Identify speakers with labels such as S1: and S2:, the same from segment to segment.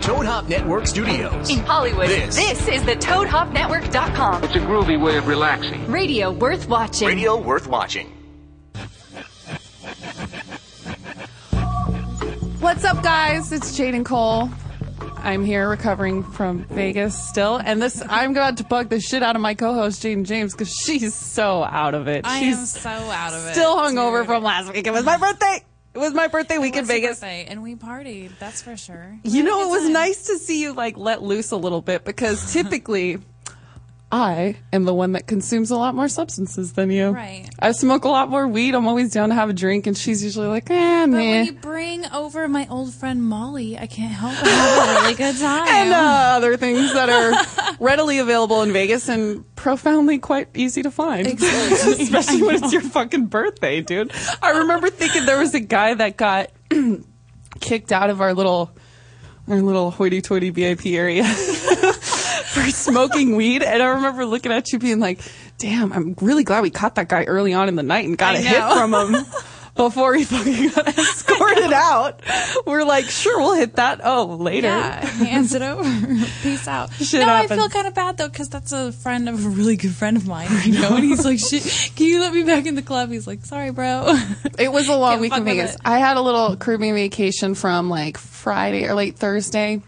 S1: Toad Hop Network studios.
S2: In Hollywood,
S1: This.
S2: is the ToadHopNetwork.com.
S3: It's a groovy way of relaxing.
S2: Radio worth watching.
S1: Radio worth watching.
S4: What's up, guys? It's Jaden Cole. I'm here recovering from Vegas still, and this I'm about to bug the shit out of my co-host Jaden James because she's so out of it.
S5: I
S4: she's
S5: am so out of it.
S4: still hungover
S5: dude.
S4: from last week. It was my birthday. It was my birthday week in
S5: It's your
S4: Vegas.
S5: birthday, and we partied. That's for sure.
S4: You know, it was nice to see you like let loose a little bit because typically I am the one that consumes a lot more substances than you.
S5: Right.
S4: I smoke a lot more weed. I'm always down to have a drink, and she's usually like, eh,
S5: But when
S4: man.
S5: you bring over my old friend Molly, I can't help but have a really good time.
S4: and uh, other things that are readily available in Vegas and profoundly quite easy to find.
S5: Exactly.
S4: Especially when it's your fucking birthday, dude. I remember thinking there was a guy that got kicked out of our little our little hoity-toity VIP area for smoking weed, and I remember looking at you being like, "Damn, I'm really glad we caught that guy early on in the night and got
S5: I
S4: a hit
S5: know.
S4: from him." Before he fucking got escorted out, we're like, sure, we'll hit that. Oh, later.
S5: yeah, hands it over. Peace out.
S4: Shit
S5: no, I feel
S4: happens.
S5: kind of bad though because that's a friend of a really good friend of mine. You know, and he's like, "Shit, can you let me back in the club?" He's like, "Sorry, bro."
S4: It was a long
S5: Can't
S4: week in
S5: fuck with
S4: Vegas.
S5: it.
S4: I had a little Caribbean vacation from like Friday or late Thursday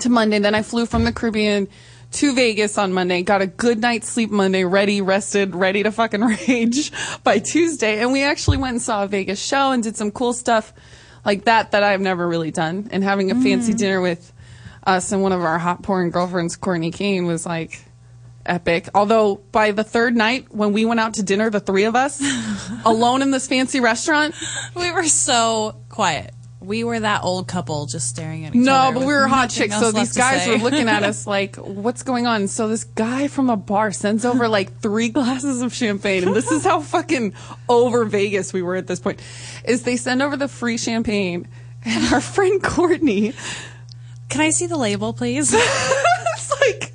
S4: to Monday. Then I flew from the Caribbean to Vegas on Monday. Got a good night's sleep Monday, ready, rested, ready to fucking rage by Tuesday. And we actually went and saw a Vegas show and did some cool stuff like that that I've never really done. And having a fancy dinner with us and one of our hot porn girlfriends, Courtney Kane, was like epic. Although by the third night, when we went out to dinner, the three of us alone in this fancy restaurant,
S5: we were so quiet. We were that old couple just staring at each other.
S4: no, but
S5: with
S4: we were hot
S5: nothing
S4: chicks, so
S5: else left
S4: these
S5: to
S4: guys
S5: say.
S4: were looking at us like, "What's going on?" So this guy from a bar sends over like three glasses of champagne, and this is how fucking over Vegas we were at this point. Is they send over the free champagne, and our friend Courtney,
S5: Can I see the label, please?
S4: it's like,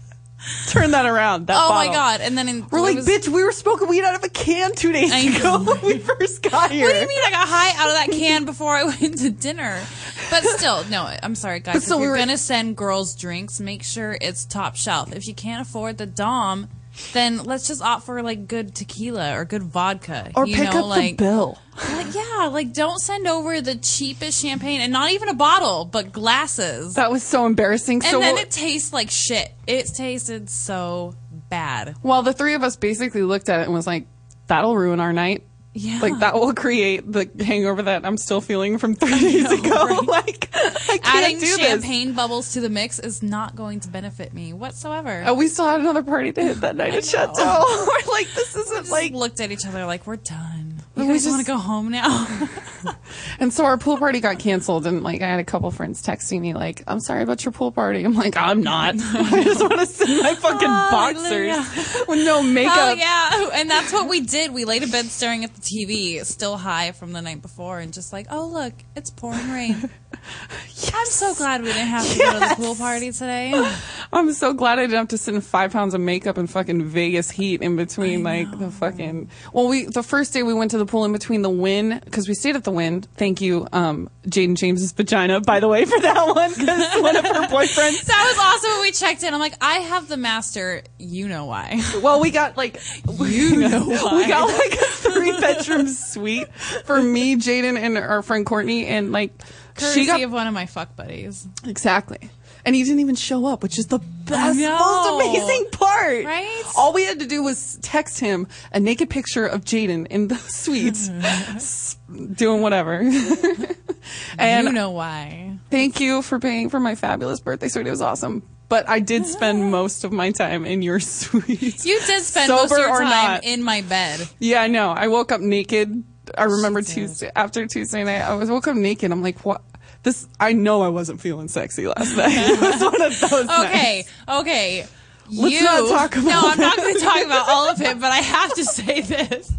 S4: turn that around. That
S5: Oh
S4: bottle."
S5: my god! And then in,
S4: We're
S5: it
S4: like,
S5: was-
S4: bitch, we were smoking weed out of a can two days
S5: I
S4: ago
S5: know.
S4: when we first got here.
S5: What do you mean? I got high out of that can before I went to dinner. But still, no. I'm sorry, guys.
S4: But still,
S5: if
S4: we
S5: you're
S4: were-
S5: gonna send girls drinks, make sure it's top shelf. If you can't afford the dom, then let's just opt for like good tequila or good vodka.
S4: Or
S5: you
S4: pick
S5: know,
S4: up
S5: like,
S4: the bill.
S5: Like, yeah, like don't send over the cheapest champagne and not even a bottle, but glasses.
S4: That was so embarrassing.
S5: and
S4: so
S5: then
S4: what-
S5: it tastes like shit. It tasted so bad.
S4: Well, the three of us basically looked at it and was like, that'll ruin our night.
S5: Yeah.
S4: Like that will create the hangover that I'm still feeling from three days ago.
S5: right?
S4: Like I can't
S5: Adding
S4: do this.
S5: champagne bubbles to the mix is not going to benefit me whatsoever.
S4: Oh, we still had another party to hit that night at Chateau. We're like, this isn't
S5: just
S4: like.
S5: looked at each other like we're done.
S4: We
S5: You guys
S4: just-
S5: want to go home now?
S4: And so our pool party got canceled, and like I had a couple friends texting me like, "I'm sorry about your pool party." I'm like, "I'm not. I just want to sit in my fucking
S5: Hallelujah.
S4: boxers with no makeup."
S5: oh yeah, and that's what we did. We laid in bed staring at the TV, still high from the night before, and just like, oh look, it's pouring rain. I'm so glad we didn't have to go to the pool party today.
S4: I'm so glad I didn't have to sit in five pounds of makeup and fucking Vegas heat in between, like the fucking. Well, we the first day we went to the pool in between the win because we stayed at the win. Thank you, um, Jaden James's vagina, by the way, for that one because one of her boyfriends.
S5: That was awesome when we checked in. I'm like, I have the master. You know why?
S4: Well, we got like
S5: You know why?
S4: we got like a three bedroom suite for me, Jaden, and our friend Courtney, and like
S5: Courtesy
S4: she got
S5: of one of my fuck buddies,
S4: Exactly. And he didn't even show up, which is the best,
S5: know.
S4: most amazing part.
S5: Right?
S4: All we had to do was text him a naked picture of Jaden in the suites, s- doing whatever. and
S5: you know why?
S4: thank you for paying for my fabulous birthday suite. It was awesome. But I did spend most of my time in your suite.
S5: You did spend most of
S4: Sober
S5: your
S4: or
S5: time
S4: not.
S5: in my bed.
S4: Yeah, I know. I woke up naked. I remember
S5: She did.
S4: Tuesday after Tuesday night. I was woke up naked. I'm like, what? This. I know I wasn't feeling sexy last night. it was one of those.
S5: Okay, okay.
S4: Let's
S5: you,
S4: not talk about
S5: No, I'm not going to talk about all of it, but I have to say this.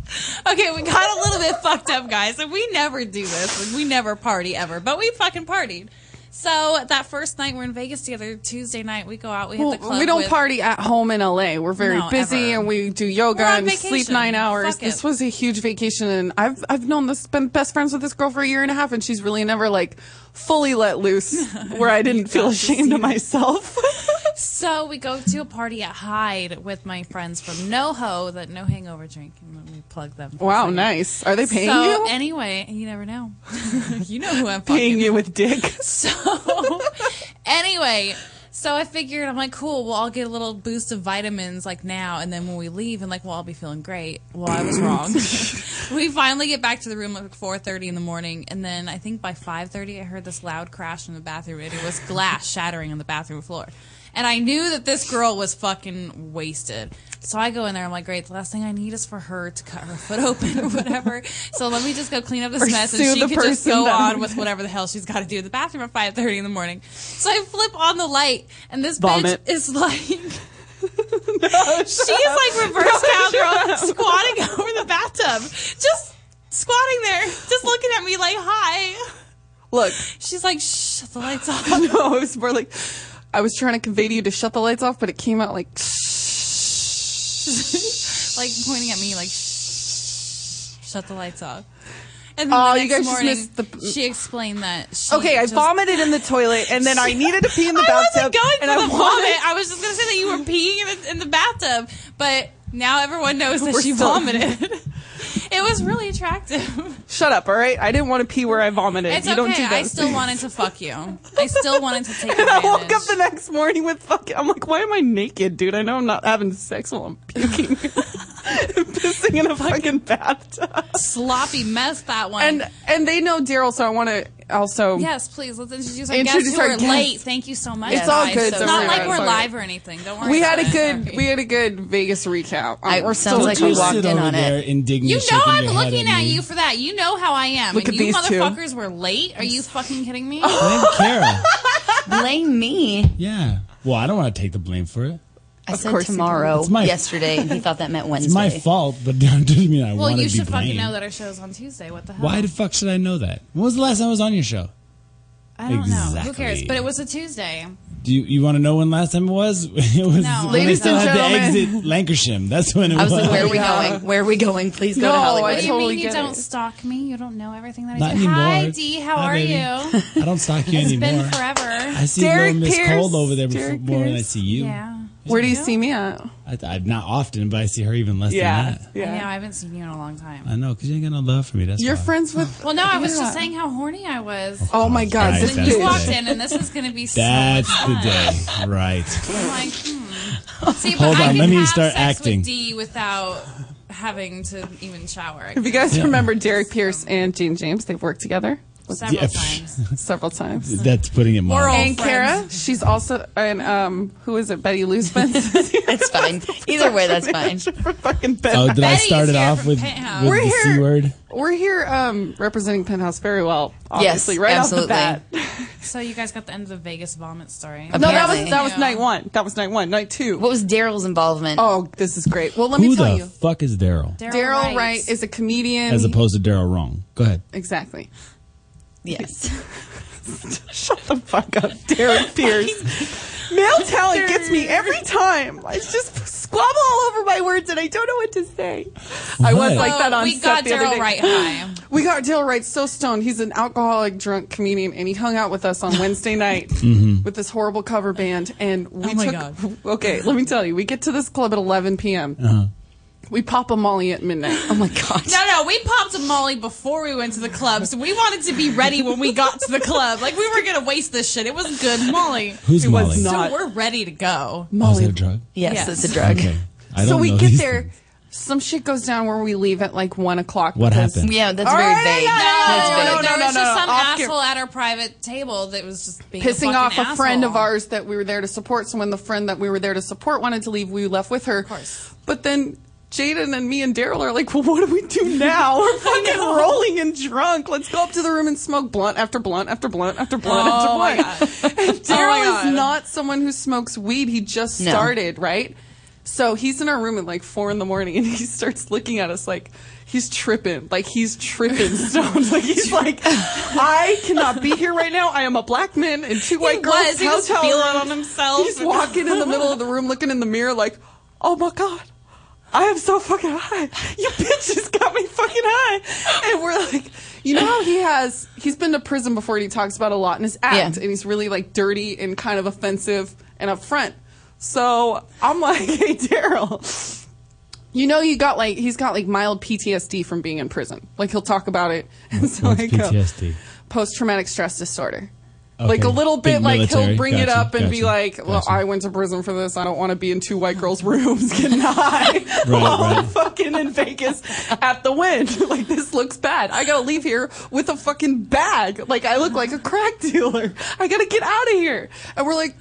S5: Okay, we got a little bit fucked up, guys, and we never do this. and We never party ever, but we fucking partied. So that first night we're in Vegas together, Tuesday night we go out, we hit the
S4: Well,
S5: club.
S4: we don't
S5: with-
S4: party at home in LA. We're very
S5: No,
S4: busy
S5: ever.
S4: and we do yoga
S5: We're on
S4: and sleep
S5: vacation.
S4: nine hours.
S5: Fuck
S4: This
S5: it.
S4: was a huge vacation and I've I've known this been best friends with this girl for a year and a half and she's really never like fully let loose where I didn't feel ashamed of myself.
S5: So we go to a party at Hyde with my friends from NoHo, that no hangover drink, and let me plug them. for a
S4: wow,
S5: second.
S4: nice. Are they paying
S5: so
S4: you?
S5: anyway, you never know. you know who I'm fucking.
S4: paying you with dick.
S5: So anyway, so I figured I'm like, cool. Well, I'll get a little boost of vitamins like now, and then when we leave, and like, well, I'll be feeling great. Well, I was wrong. we finally get back to the room at like 4:30 in the morning, and then I think by 5:30, I heard this loud crash in the bathroom, and it was glass shattering on the bathroom floor. And I knew that this girl was fucking wasted. So I go in there. I'm like, great. The last thing I need is for her to cut her foot open or whatever. So let me just go clean up this
S4: Or
S5: mess, and
S4: sue
S5: she
S4: the
S5: could just
S4: person
S5: go
S4: that-
S5: on with whatever the hell she's got to do in the bathroom at 5:30 in the morning. So I flip on the light, and this
S4: Vomit.
S5: bitch is like. She's like reverse cowgirl, squatting over the bathtub, just squatting there, just looking at me like, "Hi."
S4: Look,
S5: She's like, "Shut the lights off."
S4: no, it was more like I was trying to convey to you to shut the lights off, but it came out like
S5: like pointing at me like "Shh, shut the lights off and then
S4: Oh,
S5: the
S4: you
S5: next
S4: guys just
S5: morning
S4: missed the-
S5: she explained that she
S3: Okay, I
S5: just-
S3: vomited in the toilet, and then I needed to pee in the
S5: I
S3: bathtub.
S5: wasn't going for
S3: and
S5: the
S3: I
S5: vomit I was just gonna say that you were peeing in the, in the bathtub but now everyone knows that
S4: We're
S5: she
S4: still-
S5: vomited it was really attractive
S3: Shut up, all right? I didn't want to pee where I vomited.
S5: it's
S3: you
S5: okay
S3: don't do that.
S5: I still wanted to fuck you I still wanted to take advantage
S3: I woke up the next morning with fucking. I'm like, why am I naked, dude? I know I'm not having sex while I'm puking, pissing in a fucking bathtub.
S5: sloppy mess that one
S4: and and they know Daryl, so I want to also
S5: Yes, please. Let's introduce our
S4: Introduce
S5: guests who
S4: our
S5: are
S4: guests.
S5: late. Thank you so much.
S4: It's all
S5: guys.
S4: good.
S5: So
S4: Don't
S5: it's not
S4: worry
S5: like
S4: about it.
S5: we're
S4: It's all
S5: live or anything. Don't worry.
S4: We
S5: about
S4: had a
S5: it.
S4: good
S5: Sorry.
S4: we had a good Vegas recap. Um,
S6: I-
S4: we're still
S6: sounds like we
S4: toasted.
S6: walked in
S7: over
S6: on
S7: there,
S6: it.
S7: indignant.
S5: You know
S7: shaking
S5: I'm
S7: your head
S5: looking at
S7: me.
S5: you for that. You know how I am.
S4: Look
S5: and
S4: at
S5: you
S4: these two.
S5: motherfuckers were late. Are you fucking kidding me?
S7: Blame Kara.
S6: Blame me.
S7: Yeah. Well, I don't want to take the blame for it.
S6: I
S4: Of
S6: said
S4: course you
S6: tomorrow,
S7: It's my-
S6: yesterday, and he thought that meant Wednesday.
S7: It's my fault, but that doesn't mean I
S5: well,
S7: want
S5: you
S7: to be
S5: should fucking
S7: blamed.
S5: know that our show's on Tuesday. What the hell?
S7: Why the fuck should I know that? When was the last time I was on your show?
S5: I don't know. Who
S7: Exactly.
S5: cares? But it was a Tuesday.
S7: Do you, you want to know when last time it was? It was
S5: No,
S7: when
S5: Ladies
S7: they still
S5: and
S7: had to
S4: gentlemen.
S7: exit Lancashire. That's when it
S6: I was
S7: was.
S6: like, where are we
S4: Yeah.
S6: going? Where are we going? Please go
S4: No,
S6: to
S4: I
S6: Hollywood.
S5: What do you
S4: totally
S5: mean you
S4: get
S5: don't
S4: it.
S5: stalk me? You don't know everything that I
S7: Not
S5: do. Hi,
S7: anymore.
S5: D. How
S7: Hi,
S5: are
S7: baby.
S5: you?
S7: I don't stalk you
S5: It's
S7: anymore.
S5: been forever.
S7: I see
S4: Derek
S7: little Miss
S4: Pierce.
S7: Cold over there before,
S4: Derek
S7: more than I
S4: Pierce.
S7: see you.
S5: Yeah.
S4: Where do you see me at?
S7: I, I, not often, but I see her even less than that.
S5: I know. I haven't seen you in a long time.
S7: I know, because you ain't got no love for me. That's
S4: You're
S7: why.
S4: friends with.
S5: Well, no, I was
S4: Yeah.
S5: just saying how horny I was.
S4: Oh my God!
S7: Right,
S4: this
S7: that's
S5: You
S7: the
S4: bitch.
S5: walked
S7: day.
S5: in, and this is going to be so much
S7: That's the
S5: fun.
S7: day. Right.
S5: I'm like, hmm. See, but
S7: Hold
S5: I
S7: on,
S5: can
S7: let me
S5: have
S7: start
S5: sex
S7: acting.
S5: with D without having to even shower.
S4: If you guys remember Derek Pierce and Gene James, they've worked together
S5: Several
S7: Yeah, pff.
S5: times.
S4: several times.
S7: That's putting it
S5: Oral.
S7: mildly.
S4: And Kara, she's also and um, who is it? Betty Lou Spence.
S6: It's fine. Either way, that's fine.
S4: For fucking Ben.
S7: Oh, did I
S5: Betty's
S7: start it
S5: here
S7: off
S5: from
S7: with, with
S5: Penthouse.
S7: the
S4: We're here.
S7: C word?
S4: We're here um, representing Penthouse very well.
S6: Yes,
S4: Obviously, right
S6: absolutely.
S4: off the bat.
S5: So you guys got the end of the Vegas vomit story.
S4: No, that was
S6: Apparently.
S4: that was
S5: Yeah.
S4: night one. That was night one. Night two.
S6: What was Daryl's involvement?
S4: Oh, this is great. Well, let
S7: Who
S4: me tell
S7: the
S4: you.
S7: fuck is Daryl?
S4: Daryl Wright. is a comedian.
S5: Um,
S7: As opposed to Daryl Wrong. Go ahead.
S4: exactly.
S6: Yes.
S4: Shut the fuck up, Derek Pierce. Male talent gets me every time. I just squabble all over my words and I don't know what to say. I was
S7: What?
S4: like that on
S5: we
S4: set
S5: got
S4: the other
S5: Daryl
S4: day.
S5: right high.
S4: We got Daryl Wright so stoned. He's an alcoholic, drunk comedian, and he hung out with us on Wednesday night
S7: Mm-hmm. Mm.
S4: with this horrible cover band. And we
S5: Oh my
S4: took.
S5: God.
S4: Okay, let me tell you. We get to this club at 11 p.m.
S7: Uh-huh.
S4: We pop a Molly at midnight.
S6: Oh my god.
S5: No, no, we popped a Molly before we went to the club, so we wanted to be ready when we got to the club. Like we were gonna waste this shit. It was good Molly,
S7: Who's
S4: It was
S7: Molly?
S4: not-
S5: so we're ready to go.
S7: Oh, is that a drug?
S6: Yes,
S5: Yes.
S6: it's a drug.
S7: Okay. I don't
S4: so we
S7: know
S4: get
S7: these
S4: there.
S7: things.
S4: Some shit goes down where we leave at like one o'clock.
S7: What
S4: because-
S7: happened?
S6: Yeah, that's
S4: All
S6: very
S4: right,
S6: vague.
S4: I got it.
S6: That's
S4: No,
S6: vague.
S4: no, no,
S5: there was just some
S4: off camera.
S5: asshole at our private table that was just being a
S4: pissing
S5: fucking
S4: off a friend
S5: asshole.
S4: of ours that we were there to support. So when the friend that we were there to support wanted to leave, we left with her. Of
S5: course.
S4: But then Jaden and me and Daryl are like, well, what do we do now? We're fucking rolling and drunk. Let's go up to the room and smoke blunt after blunt after blunt after blunt
S5: Oh, my
S4: after blunt. and
S5: Oh, my
S4: Daryl is
S5: God.
S4: not someone who smokes weed. He just
S6: No.
S4: started, right? So he's in our room at like four in the morning, and he starts looking at us like he's tripping, like he's tripping stoned. Like he's like, I cannot be here right now. I am a black man in two white girls.
S5: was. He was
S4: house
S5: feeling
S4: house."
S5: on himself.
S4: He's walking in the middle of the room, looking in the mirror, like, oh my god. I am so fucking high. You bitches got me fucking high. And we're like, you know how he has, he's been to prison before and he talks about a lot in his act.
S6: Yeah.
S4: And he's really like dirty and kind of offensive and upfront. So I'm like, hey, Daryl, you know, you got like, he's got like mild PTSD from being in prison. Like he'll talk about it. And so
S7: What's
S4: I go,
S7: PTSD?
S4: post traumatic stress disorder.
S7: Okay.
S4: Like a little bit,
S7: Big
S4: like
S7: military.
S4: he'll bring it
S7: Gotcha,
S4: up and be
S7: gotcha,
S4: like, "Well,
S7: gotcha.
S4: I went to prison for this. I don't want to be in two white girls' rooms getting high while
S7: right.
S4: I'm fucking in Vegas at the wind. like this looks bad. I gotta leave here with a fucking bag. Like I look like a crack dealer. I gotta get out of here." And we're like.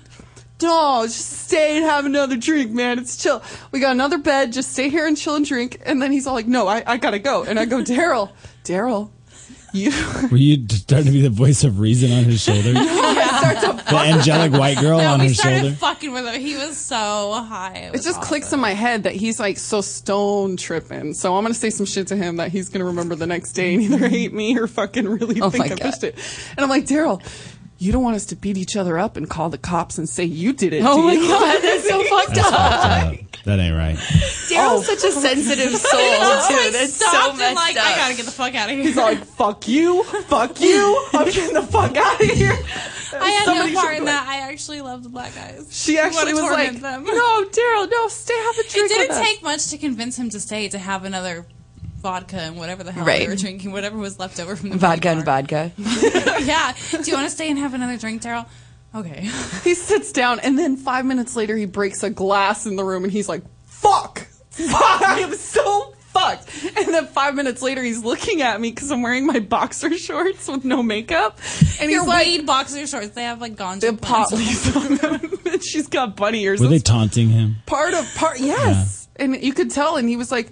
S4: No, just stay and have another drink, man. It's chill. We got another bed. Just stay here and chill and drink. And then he's all like, "No, I, I gotta go." And I go, "Daryl, Daryl, you
S7: Were you just starting to be the voice of reason on his shoulder? the angelic white girl
S5: No,
S7: on
S5: we
S7: her
S5: started
S7: shoulder.
S5: fucking with him. He was so high.
S4: It just clicks in my head that he's like so stone tripping. So I'm gonna say some shit to him that he's gonna remember the next day and either hate me or fucking really
S6: Oh my
S4: think I
S6: God.
S4: pushed it. And I'm like, Daryl, you don't want us to beat each other up and call the cops and say you did it.
S6: Oh
S4: do
S6: my
S4: you? Oh.
S6: god, that's so fucked up.
S7: Uh, that ain't right.
S6: Daryl's such a sensitive soul too. That's so
S5: Stopped
S6: messed
S5: and like,
S6: up.
S5: I gotta get the fuck out of here.
S4: He's like, fuck you, fuck you, I'm getting the fuck out of here.
S5: I had
S4: Somebody
S5: no
S4: should
S5: part
S4: be
S5: in
S4: like-
S5: that. I actually love the black guys.
S4: She actually was like, no, Daryl, no, stay, have a
S5: It
S4: drink. with
S5: didn't
S4: us."
S5: take much to convince him to stay to have another vodka and whatever the hell
S6: Right.
S5: they were drinking, whatever was left over from the
S6: Vodka and
S5: party bar.
S6: vodka.
S5: yeah. Do you want to stay and have another drink, Daryl? Okay.
S4: He sits down, and then five minutes later, he breaks a glass in the room, and he's like, "Fuck, fuck, I am so fucked." And then five minutes later, he's looking at me because I'm wearing my boxer shorts with no makeup, and he's
S5: Your
S4: like,
S5: weed boxer shorts. They have like
S4: "The
S5: ganja.
S4: pot
S5: plants.
S4: leaves on them." and she's got bunny ears.
S7: Were they
S4: That's
S7: taunting him?
S4: part of part, yes. And you could tell, and he was like.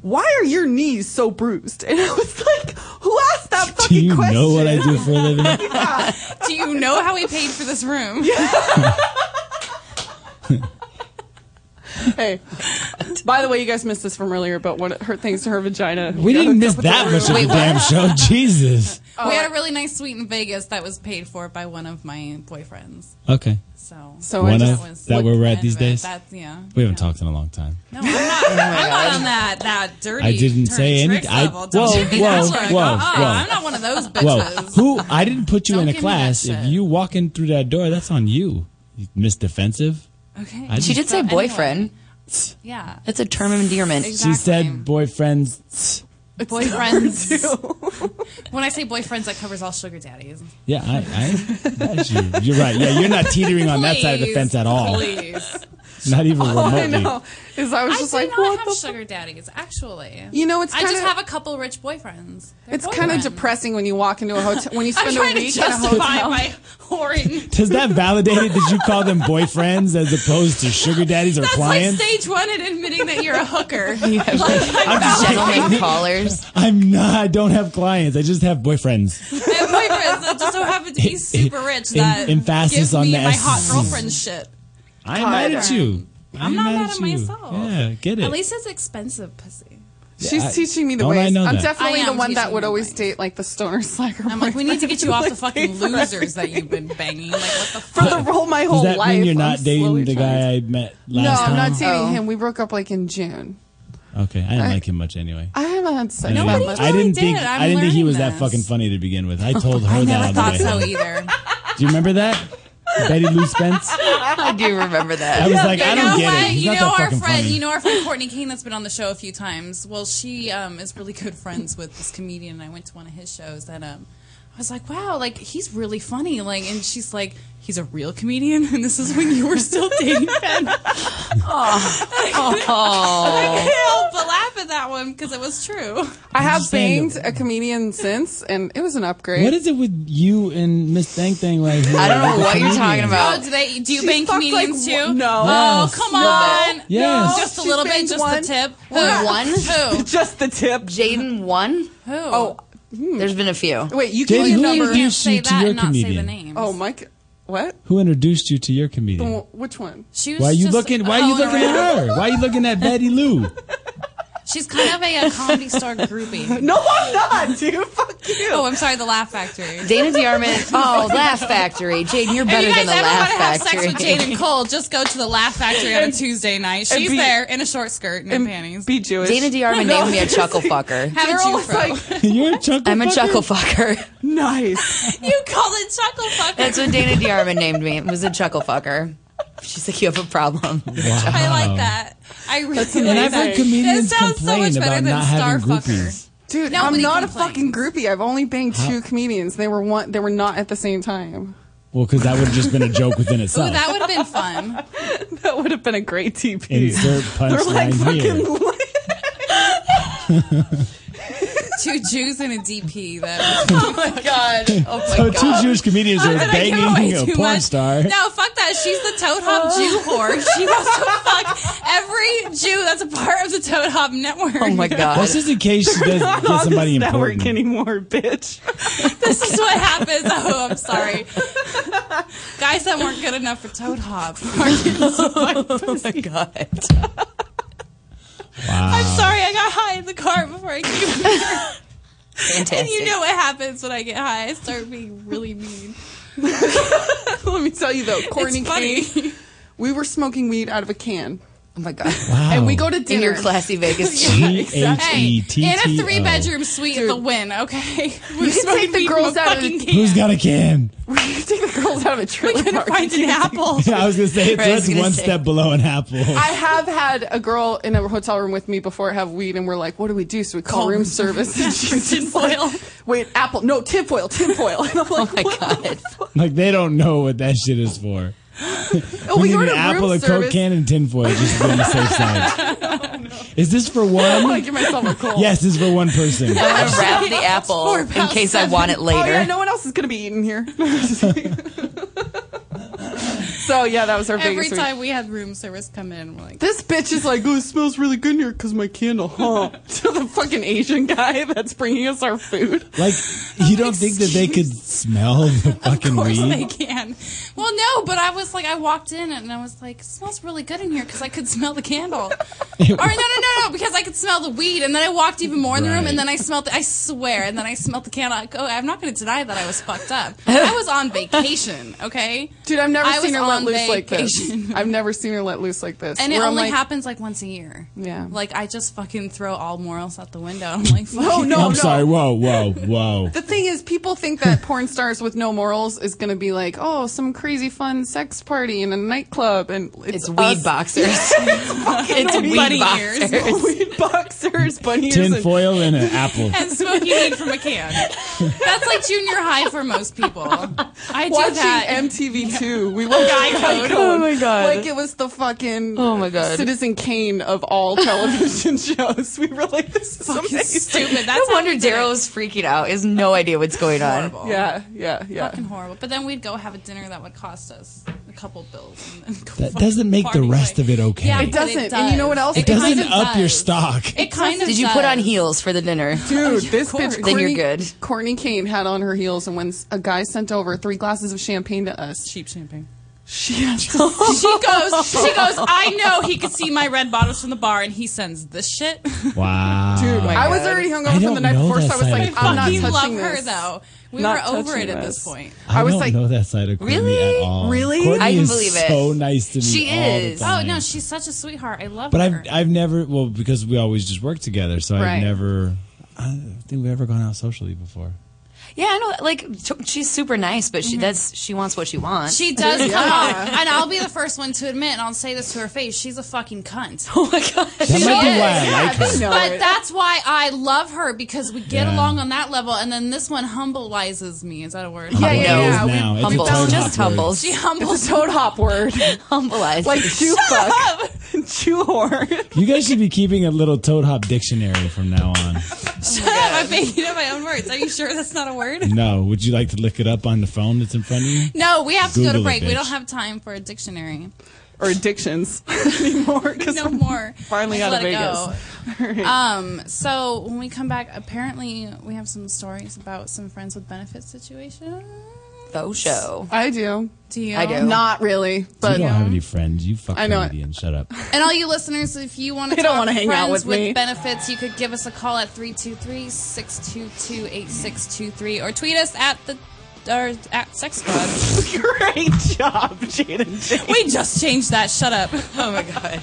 S4: Why are your knees so bruised? And I was like, "Who asked that
S7: Do
S4: fucking
S7: you
S4: question?"
S7: know what I do for a living?
S5: Do you know how we paid for this room?
S4: Hey, by the way, you guys missed this from earlier, but what hurt things to her vagina?
S7: We didn't miss that much of the damn show. Jesus.
S5: We
S4: Oh.
S5: had a really nice suite in Vegas that was paid for by one of my boyfriends.
S7: Okay.
S5: So,
S4: So I
S7: One
S4: just
S7: of
S5: was-
S7: that where we're at
S5: Kind
S7: these
S5: of it.
S7: days.
S5: That's, yeah.
S7: We haven't talked in a long time.
S5: No, I'm not,
S4: Oh
S5: I'm not on that, that dirty.
S7: I didn't
S5: turn
S7: say any-
S5: tricks
S7: I-
S5: level. Don't
S7: whoa,
S5: you be
S7: whoa,
S5: that jerk.
S7: whoa,
S5: Uh-uh,
S7: whoa.
S5: I'm not one of those
S7: Whoa,
S5: bitches.
S7: who? I didn't put you
S5: Don't
S7: in a
S5: give me that
S7: class. If
S5: shit.
S7: you walk in through that door, that's on you. you Miss Defensive.
S5: Okay.
S7: I
S6: She
S7: didn't-
S6: did say
S5: Anyway.
S6: boyfriend.
S5: Yeah.
S6: That's a term of endearment.
S5: Exactly.
S7: She said boyfriends.
S5: boyfriends. when I say boyfriends, that covers all sugar daddies.
S7: Yeah, I, I that's you. You're right. Yeah, you're not teetering on that side of the
S5: Please,
S7: fence at all.
S5: Please. Oh,
S7: Not even remotely.
S4: I know. Is I was
S5: I
S4: just
S5: do
S4: like,
S5: not
S4: what
S5: have
S4: the
S5: sugar daddies, actually.
S4: You know, it's
S5: I just
S4: kinda-
S5: have a couple rich boyfriends. They're
S4: It's kind of
S5: boyfriends.
S4: depressing when you walk into a hotel when you
S5: I'm
S4: spend a
S5: trying to
S4: week in a
S5: justify
S4: hotel.
S5: my whoring.
S7: Does that validate it? Did you call them boyfriends as opposed to sugar daddies or
S5: That's
S7: clients?
S5: like stage one in admitting that you're a hooker. Like, I
S7: I'm just saying,
S6: Gentlemen callers.
S7: I'm not. I don't have clients. I just have boyfriends.
S5: I have boyfriends that just so happen to be super rich
S7: Em-
S5: that
S7: emphasis
S5: give
S7: on
S5: me
S7: the
S5: my
S7: S.
S5: hot girlfriend shit.
S7: I'm mad at you.
S5: I'm not mad at
S7: you.
S5: myself.
S7: Yeah, get it.
S5: At least it's expensive pussy.
S4: She's
S7: I-
S4: teaching me the
S7: don't I
S4: ways.
S7: know
S4: I'm
S7: that?
S4: definitely
S5: I
S4: the
S5: am
S4: one that
S5: teaching
S4: would
S5: you
S4: always
S5: ways.
S4: date like the stoner slacker.
S5: I'm like, we need to get you off the fucking
S4: for
S5: losers that you've been banging. Like, what the
S4: for
S5: fuck?
S4: the role my whole
S7: Does that
S4: life.
S7: mean you're not
S4: I'm slowly
S7: dating the
S4: trying to-
S7: guy I met
S4: No,
S7: last
S4: I'm
S7: time?
S4: not dating
S6: Oh.
S4: him. We broke up like in June.
S7: okay, I didn't
S4: I-
S7: like him much anyway.
S4: I haven't had sex.
S7: Anyway,
S4: that
S5: Nobody
S4: much.
S7: I
S5: really
S7: didn't
S5: did.
S7: think
S5: I'm
S7: I didn't think he was
S5: learning
S7: that
S5: this.
S7: fucking funny to begin with. I told her
S5: I
S7: that.
S5: never
S7: on
S5: thought
S7: the way
S5: so e-
S7: home.
S5: either.
S7: Do you remember that? Betty Lou Spence.
S6: I do remember that.
S7: I was like, I
S5: You
S7: don't
S5: know
S7: get it.
S5: what?
S7: He's
S5: You
S7: not
S5: know
S7: that
S5: our
S7: fucking
S5: friend.
S7: funny.
S5: You know our friend Courtney King that's been on the show a few times. Well, she um, is really good friends with this comedian. and I went to one of his shows and um, I was like, wow, like he's really funny. Like, and she's like, he's a real comedian, and this is when you were still dating Ben. "Oh, I can't help but laugh at that one because it was true.
S4: I have
S7: just saying
S4: banged
S7: that-
S4: a comedian since, and it was an upgrade.
S7: What is it with you and Miss Thang Thang right here?
S6: I don't know
S7: The
S6: what you're talking
S7: comedians.
S6: about.
S5: Oh, do they? Do you
S4: She
S5: bang
S4: fucked,
S5: comedians
S4: like,
S5: too?
S4: one- no.
S5: Oh,
S7: Yes.
S5: come
S7: No.
S5: on.
S7: Yes.
S5: Just a
S4: She
S5: little bit,
S4: banged
S5: just
S4: one.
S5: the tip.
S6: Who won?
S5: Who?
S4: Just the tip.
S6: Jaden won.
S5: Who?
S4: Oh
S6: There's been a few.
S4: wait, you
S7: Jaden,
S4: can
S7: who
S4: number.
S7: introduced you
S5: Say
S7: to
S5: that
S7: your
S5: and not say the
S7: comedian?
S5: names.
S4: Oh, Mike. What?
S7: Who introduced you to your comedian?
S4: Wh- Which one?
S5: She was
S7: Why are you
S5: just
S7: looking? Why are you
S5: following
S7: looking at
S5: around.
S7: her? Why are you looking at Betty Lou?
S5: She's kind of a, uh comedy star groupie.
S3: No, I'm not, dude. Fuck you.
S5: Oh, I'm sorry, the Laugh Factory.
S6: Dana Diarmid. Oh, Laugh Factory. Jaden, you're better
S5: if
S6: than
S5: you guys
S6: the
S5: ever
S6: Laugh
S5: want to have
S6: Factory.
S5: sex with Jade and Cole, just go to the Laugh Factory on a Tuesday night. She's
S3: be-
S5: there in a short skirt and, panties.
S3: Be Jewish.
S6: Dana Diarmid named me a chuckle fucker.
S5: have
S3: They're
S5: a
S3: always
S5: Jufro.
S3: like,
S7: You're a chuckle.
S6: I'm a
S7: fucker?
S6: chuckle fucker.
S3: nice.
S5: you call it chuckle fucker.
S6: That's what Dana Diarmid named me. It was a chuckle fucker. She's like, you have a problem.
S5: I like that. I really
S7: Oh. And
S5: like
S7: I've
S5: that.
S7: heard comedians
S5: That sounds so
S7: complain
S5: much better
S7: about
S5: than
S7: not having
S5: Starfucker.
S7: groupies.
S4: Dude,
S5: Nobody
S4: I'm not
S5: complains.
S4: a fucking groupie. I've only banged two comedians. They were one. They were not at the same time.
S7: Well, because that would have just been a joke within
S5: Ooh,
S7: itself.
S5: that would have been fun.
S3: That would have been a great TP.
S7: Insert
S3: They're like
S7: punchline
S3: fucking.
S7: here.
S5: Two Jews and a DP. That Oh would
S7: So two Jewish comedians are
S5: Oh I give away
S7: banging a
S5: too
S7: porn
S5: much.
S7: star.
S5: No, fuck that. She's the Toad Hop Jew whore. She wants to fuck every Jew that's a part of the Toad Hop network.
S6: Oh my God.
S7: That's just in case she does
S3: Not
S7: get
S3: on
S7: somebody
S3: this network
S7: important.
S3: anymore, bitch.
S5: This is what happens. Oh, I'm sorry. Guys that weren't good enough for Toad Hop.
S4: Oh
S6: God.
S7: Wow.
S5: I'm sorry, I got high in the car before I came
S6: Fantastic.
S5: You know what happens when I get high. I start being really mean.
S4: Let me tell you though, Courtney
S5: It's funny.
S4: Kane, we were smoking weed out of a can,
S6: oh my God.
S7: Wow.
S4: and we go to
S6: In
S4: dinner.
S6: your classy Vegas. Jew.
S7: G H
S5: Hey,
S7: E T T
S5: in a
S7: O.
S5: three bedroom suite at the Win, okay? We're
S4: You can
S5: smoking
S4: take the
S5: weed in
S4: girls
S5: a
S4: out of
S5: fucking
S4: the-
S5: can.
S7: Who's got a can?
S4: You take the girls out of a trailer
S5: We couldn't
S4: park.
S5: find an
S4: Oh,
S5: apple.
S7: Yeah, I was gonna say it's
S6: Right, I was
S7: that's
S6: gonna
S7: one
S6: say.
S7: step below an apple.
S4: I have had a girl in a hotel room with me before have weed, and we're like, "What do we do?" So we call room service. And she's just
S5: Tinfoil.
S4: like, Wait, apple? No, tinfoil, tinfoil. And I'm like,
S6: Oh my God.
S7: like they don't know what that shit is for.
S4: oh, we
S7: need
S4: ordered
S7: an apple,
S4: room
S7: a
S4: service.
S7: coke can, and tinfoil just to be on the safe side. Is this for one?
S4: I give myself a cold.
S7: Yes, this is for one person.
S6: I'm going to wrap the apple in case I want it
S4: Oh yeah,
S6: later.
S4: no one else is gonna be eating here. so yeah, that was our
S5: Every
S4: biggest. week.
S5: time we had room service come in, we're like,
S4: This bitch is like, oh, it smells really good in here because my candle, huh? to the fucking Asian guy that's bringing us our food.
S7: Like you don't think that they could smell the
S5: of
S7: fucking
S5: course they
S7: weed?
S5: can. Well, no, but I was like, I walked in and I was like, smells really good in here because I could smell the candle. or no, no, no, no, because I could smell the weed. And then I walked even more in the room
S7: Right.
S5: and then I smelled, the, I swear, and then I smelled the candle. I- Oh, I'm not going to deny that I was fucked up. I was on vacation, okay?
S4: Dude, I've never
S5: I
S4: seen
S5: was
S4: her let
S5: on
S4: loose like this.
S5: vacation.
S4: I've never seen her let loose like this.
S5: And it
S4: Where I'm
S5: only
S4: like,
S5: happens like once a year.
S4: Yeah.
S5: Like I just fucking throw all morals out the window. I'm like, no,
S4: Oh no,
S7: I'm
S4: no.
S7: sorry. Whoa, whoa, whoa.
S4: The thing is, people think that porn stars with no morals is going to be like, oh, some crazy fun sex party in a nightclub, and
S6: It's
S4: it's,
S6: weed
S4: us-
S6: boxers. It's
S5: bunny
S6: weed
S5: ears.
S6: boxers.
S4: weed boxers, bunny ears, and
S7: Tinfoil and an apple.
S5: and smoking weed from a can. That's like junior high for most people. I do
S4: watching
S5: that.
S4: MTV Two. We watched Guy Code.
S6: Oh my God.
S4: Like it was the fucking
S6: Oh my God.
S4: Citizen Kane of all television shows. We were like, this is
S5: Fucking
S4: amazing.
S5: stupid. That's
S6: No
S5: how
S6: wonder
S5: we did it.
S6: Daryl is freaking out. He has no idea what's going on.
S5: Horrible.
S4: Yeah, yeah, yeah.
S5: Fucking horrible. But then we'd go have a dinner that would cost us a couple bills. And then go
S7: That
S5: fucking
S7: doesn't make the
S5: party
S7: rest
S5: like-
S7: of it okay.
S5: Yeah, but
S7: It
S4: doesn't. And you know what else?
S7: It
S5: It kind
S7: doesn't
S5: of
S7: up your
S5: does.
S7: stock.
S5: It kind of
S6: Did you put on
S5: does.
S6: heels for the dinner?
S4: Dude, this
S5: course.
S4: bitch.
S6: Then you're
S4: Courtney-
S6: good.
S4: Courtney Kane had on her heels, and when s- a guy sent over three glasses of champagne to us,
S5: cheap champagne?
S4: she had to
S5: She goes. She goes. I know he could see my red bottles from the bar, and he sends this shit.
S7: Wow.
S4: Dude, I was
S6: Oh God.
S4: already
S7: I
S4: hungover from the
S7: don't
S4: night
S7: know
S4: before, so I
S7: that
S4: was
S7: side
S4: like,
S7: of
S4: I'm not
S7: Courtney.
S5: We
S4: touching
S5: love her
S4: this.
S5: though. We
S4: Not
S5: were over it
S4: touching
S5: at this
S4: this.
S5: point.
S7: I,
S4: I was
S7: don't
S4: like-
S7: know that side of Courtney
S6: Really?
S7: at all.
S4: Really?
S7: Courtney
S6: I can
S7: is
S6: believe it.
S7: So nice to me.
S6: She
S7: all the
S6: is.
S5: Oh
S7: time.
S5: no, she's such a sweetheart. I love
S7: But
S5: her.
S7: I've I've never well because we always just work together, so
S4: Right.
S7: I've never. I don't think we've ever gone out socially before.
S6: Yeah, I know. Like t- she's super nice, but she that's she wants what she wants.
S5: Mm-hmm. She does come off, and I'll be the first one to admit, and I'll say this to her face: she's a fucking cunt.
S6: oh my gosh.
S7: That might be
S5: is.
S7: why I like her.
S4: They know
S5: but
S4: it.
S5: that's why I love her because we get
S7: Yeah.
S5: along on that level, and then this one humbleizes me. Is that a word?
S4: Yeah,
S7: It
S4: yeah,
S7: is
S4: yeah. We-
S7: now. It's a
S6: Humble,
S7: toe-top
S6: just
S7: word.
S6: humble.
S5: She
S6: She
S5: humbles.
S4: It's a toad hop word.
S6: humbleized.
S4: Like, chew fuck. Chew whore.
S7: You guys should be keeping a little Toad Hop dictionary from now on.
S5: Shut up! Oh I'm making up my own words. Are you sure that's not a word?
S7: No, would you like to look it up on the phone that's in front of you?
S5: No, we have to go to
S7: Google it,
S5: break. We
S7: bitch.
S5: don't have time for a dictionary.
S4: Or addictions anymore. Because
S5: No more.
S4: finally
S5: Let's
S4: out of
S5: let it
S4: Vegas.
S5: go. Um, so when we come back, apparently we have some stories about some friends with benefits situation.
S6: faux show.
S4: I do.
S5: Do you?
S6: I do.
S4: Not really, but um,
S7: you don't have any friends. You fuck
S4: I know it.
S7: comedian. Shut up.
S5: And all you listeners, if you want to
S4: They
S5: talk
S4: don't wanna hang out
S5: friends
S4: with me.
S5: benefits, you could give us a call at 323-622-8623 or tweet us at the or at Sex Club.
S3: Great job, Jaden.
S5: we just changed that. Shut up.
S6: Oh my god.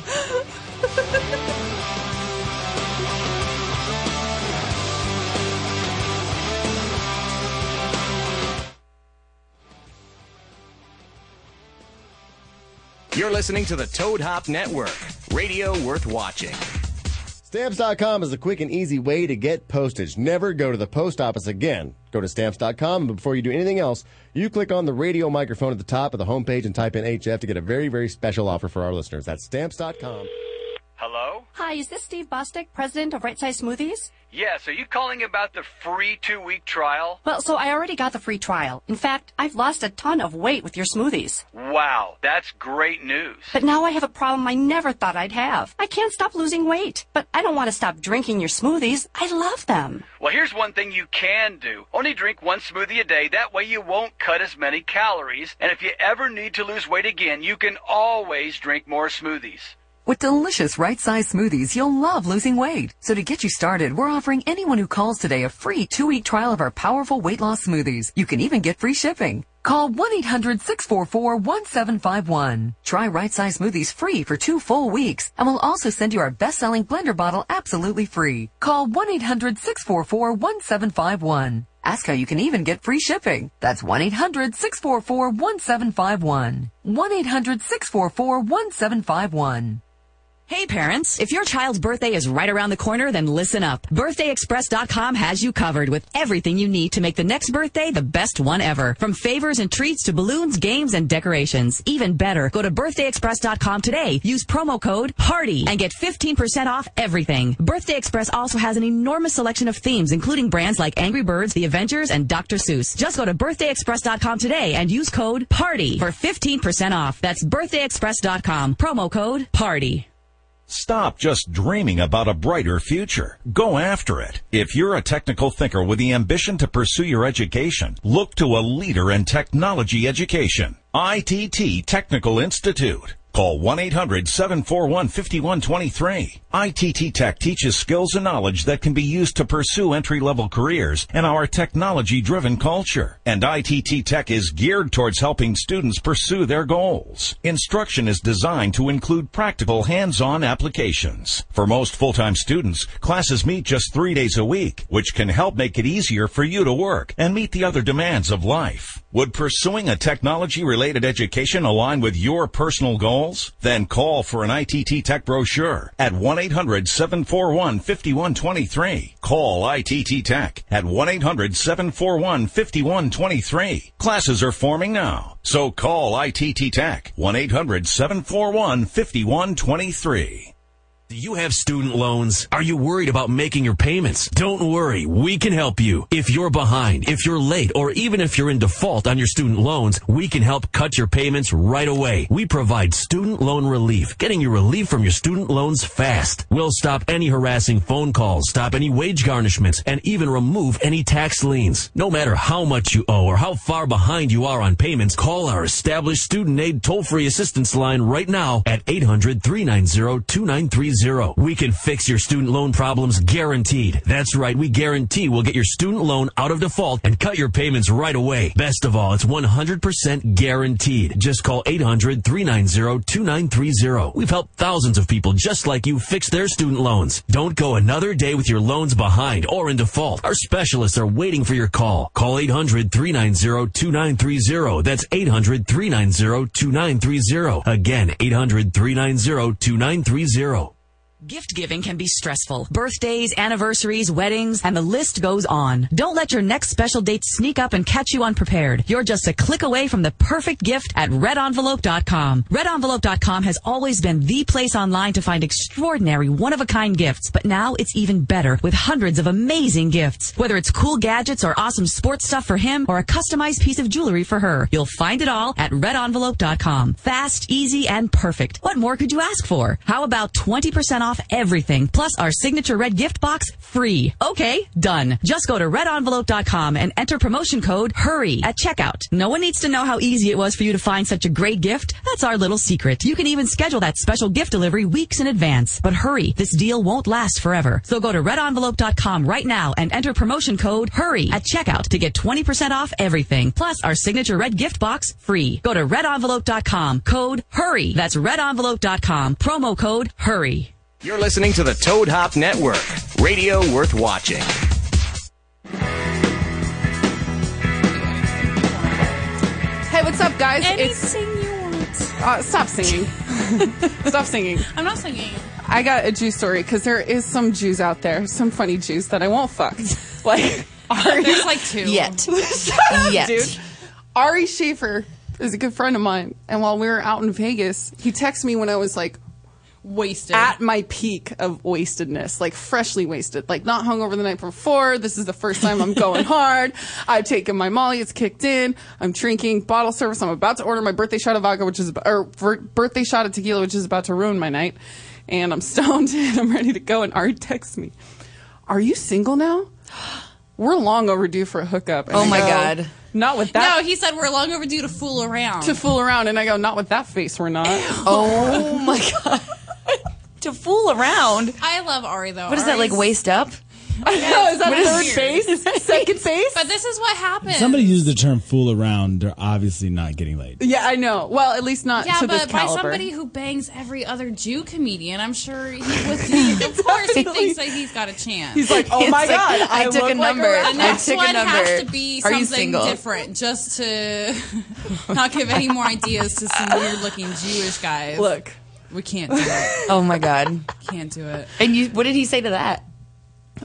S1: You're listening to the Toad Hop Network, radio worth watching.
S8: Stamps.com is a quick and easy way to get postage. Never go to the post office again. Go to stamps.com, and before you do anything else, you click on the radio microphone at the top of the homepage and type in HF to get a very, very special offer for our listeners. That's stamps.com.
S9: Hello?
S2: Hi, is this Steve Bostick, president of Right Size Smoothies?
S9: Yes, are you calling about the free two week trial?
S2: Well, so I already got the free trial. In fact, I've lost a ton of weight with your smoothies.
S9: Wow, that's great news.
S2: But now I have a problem I never thought I'd have. I can't stop losing weight, but I don't want to stop drinking your smoothies. I love them.
S9: Well, here's one thing you can do only drink one smoothie a day. That way, you won't cut as many calories. And if you ever need to lose weight again, you can always drink more smoothies.
S10: With delicious right size smoothies, you'll love losing weight. So to get you started, we're offering anyone who calls today a free two week trial of our powerful weight loss smoothies. You can even get free shipping. Call 1-800-644-1751. Try right size smoothies free for two full weeks and we'll also send you our best selling blender bottle absolutely free. Call 1-800-644-1751. Ask how you can even get free shipping. That's 1-800-644-1751. 1-800-644-1751.
S11: Hey parents, if your child's birthday is right around the corner, then listen up. BirthdayExpress.com has you covered with everything you need to make the next birthday the best one ever. From favors and treats to balloons, games, and decorations. Even better, go to BirthdayExpress.com today. Use promo code PARTY and get 15% off everything. Birthday Express also has an enormous selection of themes, including brands like Angry Birds, The Avengers, and Dr. Seuss. Just go to BirthdayExpress.com today and use code PARTY for 15% off. That's BirthdayExpress.com. Promo code PARTY.
S12: Stop just dreaming about a brighter future. Go after it. If you're a technical thinker with the ambition to pursue your education, look to a leader in technology education. ITT Technical Institute. Call 1-800-741-5123. ITT Tech teaches skills and knowledge that can be used to pursue entry-level careers and our technology-driven culture. And ITT Tech is geared towards helping students pursue their goals. Instruction is designed to include practical hands-on applications. For most full-time students, classes meet just three days a week, which can help make it easier for you to work and meet the other demands of life. Would pursuing a technology-related education align with your personal goals? Then call for an ITT Tech brochure at 1-800-741-5123. Call ITT Tech at 1-800-741-5123. Classes are forming now. So call ITT Tech 1-800-741-5123.
S13: Do you have student loans? Are you worried about making your payments? Don't worry, we can help you. If you're behind, if you're late, or even if you're in default on your student loans, we can help cut your payments right away. We provide student loan relief, getting you relief from your student loans fast. We'll stop any harassing phone calls, stop any wage garnishments, and even remove any tax liens. No matter how much you owe or how far behind you are on payments, call our established student aid toll-free assistance line right now at 800-390-2930. We can fix your student loan problems guaranteed. That's right, we guarantee we'll get your student loan out of default and cut your payments right away. Best of all, it's 100% guaranteed. Just call 800-390-2930. We've helped thousands of people just like you fix their student loans. Don't go another day with your loans behind or in default. Our specialists are waiting for your call. Call 800-390-2930. That's 800-390-2930. Again, 800-390-2930.
S11: Gift giving can be stressful. Birthdays, anniversaries, weddings, and the list goes on. Don't let your next special date sneak up and catch you unprepared. You're just a click away from the perfect gift at redenvelope.com. Redenvelope.com has always been the place online to find extraordinary, one-of-a-kind gifts, but now it's even better with hundreds of amazing gifts. Whether it's cool gadgets or awesome sports stuff for him or a customized piece of jewelry for her, you'll find it all at redenvelope.com. Fast, easy, and perfect. What more could you ask for? How about 20% off off everything, plus our signature red gift box free. Okay, done. Just go to redenvelope.com and enter promotion code HURRY at checkout. No one needs to know how easy it was for you to find such a great gift. That's our little secret. You can even schedule that special gift delivery weeks in advance. But hurry, this deal won't last forever. So go to redenvelope.com right now and enter promotion code HURRY at checkout to get 20% off everything, plus our signature red gift box free. Go to redenvelope.com, code HURRY. That's redenvelope.com, promo code HURRY.
S1: You're listening to the Toad Hop Network, radio worth watching.
S4: Hey, what's up, guys? Anything
S5: it's, you want.
S4: Uh, stop singing. stop singing.
S5: I'm not singing.
S4: I got a Jew story because there is some Jews out there, some funny Jews that I won't fuck. Like Ari,
S5: There's like two. Yet.
S4: Shut up, dude. Ari Schaefer is a good friend of mine, and while we were out in Vegas, he texted me when I was like
S5: wasted
S4: at my peak of wastedness, like freshly wasted, like not hungover the night before. This is the first time I'm going hard. I've taken my Molly; it's kicked in. I'm drinking bottle service. I'm about to order my birthday shot of vodka, which is or vir- birthday shot of tequila, which is about to ruin my night. And I'm stoned and I'm ready to go. And Ari texts me, "Are you single now? We're long overdue for a hookup." And
S5: Oh
S4: I
S5: my
S4: go,
S5: God.
S4: Not with that.
S5: no, he said we're long overdue to fool around.
S4: to fool around, and I go, not with that face, we're not. oh my god!
S6: to fool around.
S5: I love Ari though.
S6: What is that, like
S5: Ari's-
S6: waist up?
S4: I know. Is that
S6: What is-
S4: third face? Second face?
S5: But this is what happened.
S7: Somebody used the term "fool around." They're obviously not getting laid.
S4: Yeah, I know. Well, at least not
S5: yeah,
S4: to this
S5: but by
S4: caliber.
S5: somebody who bangs every other Jew comedian, I'm sure he with of course he thinks that he's got a chance.
S4: He's like, "Oh my It's like, God, I I took look a like a number. rat." I
S5: the next
S6: took a
S5: one has
S6: number.
S5: to be
S6: Are you
S5: something
S6: single?
S5: different, just to not give any more ideas to some weird-looking Jewish guys.
S6: Look.
S5: we can't do it.
S6: Oh my god.
S5: Can't do it.
S6: And you, what did he say to that?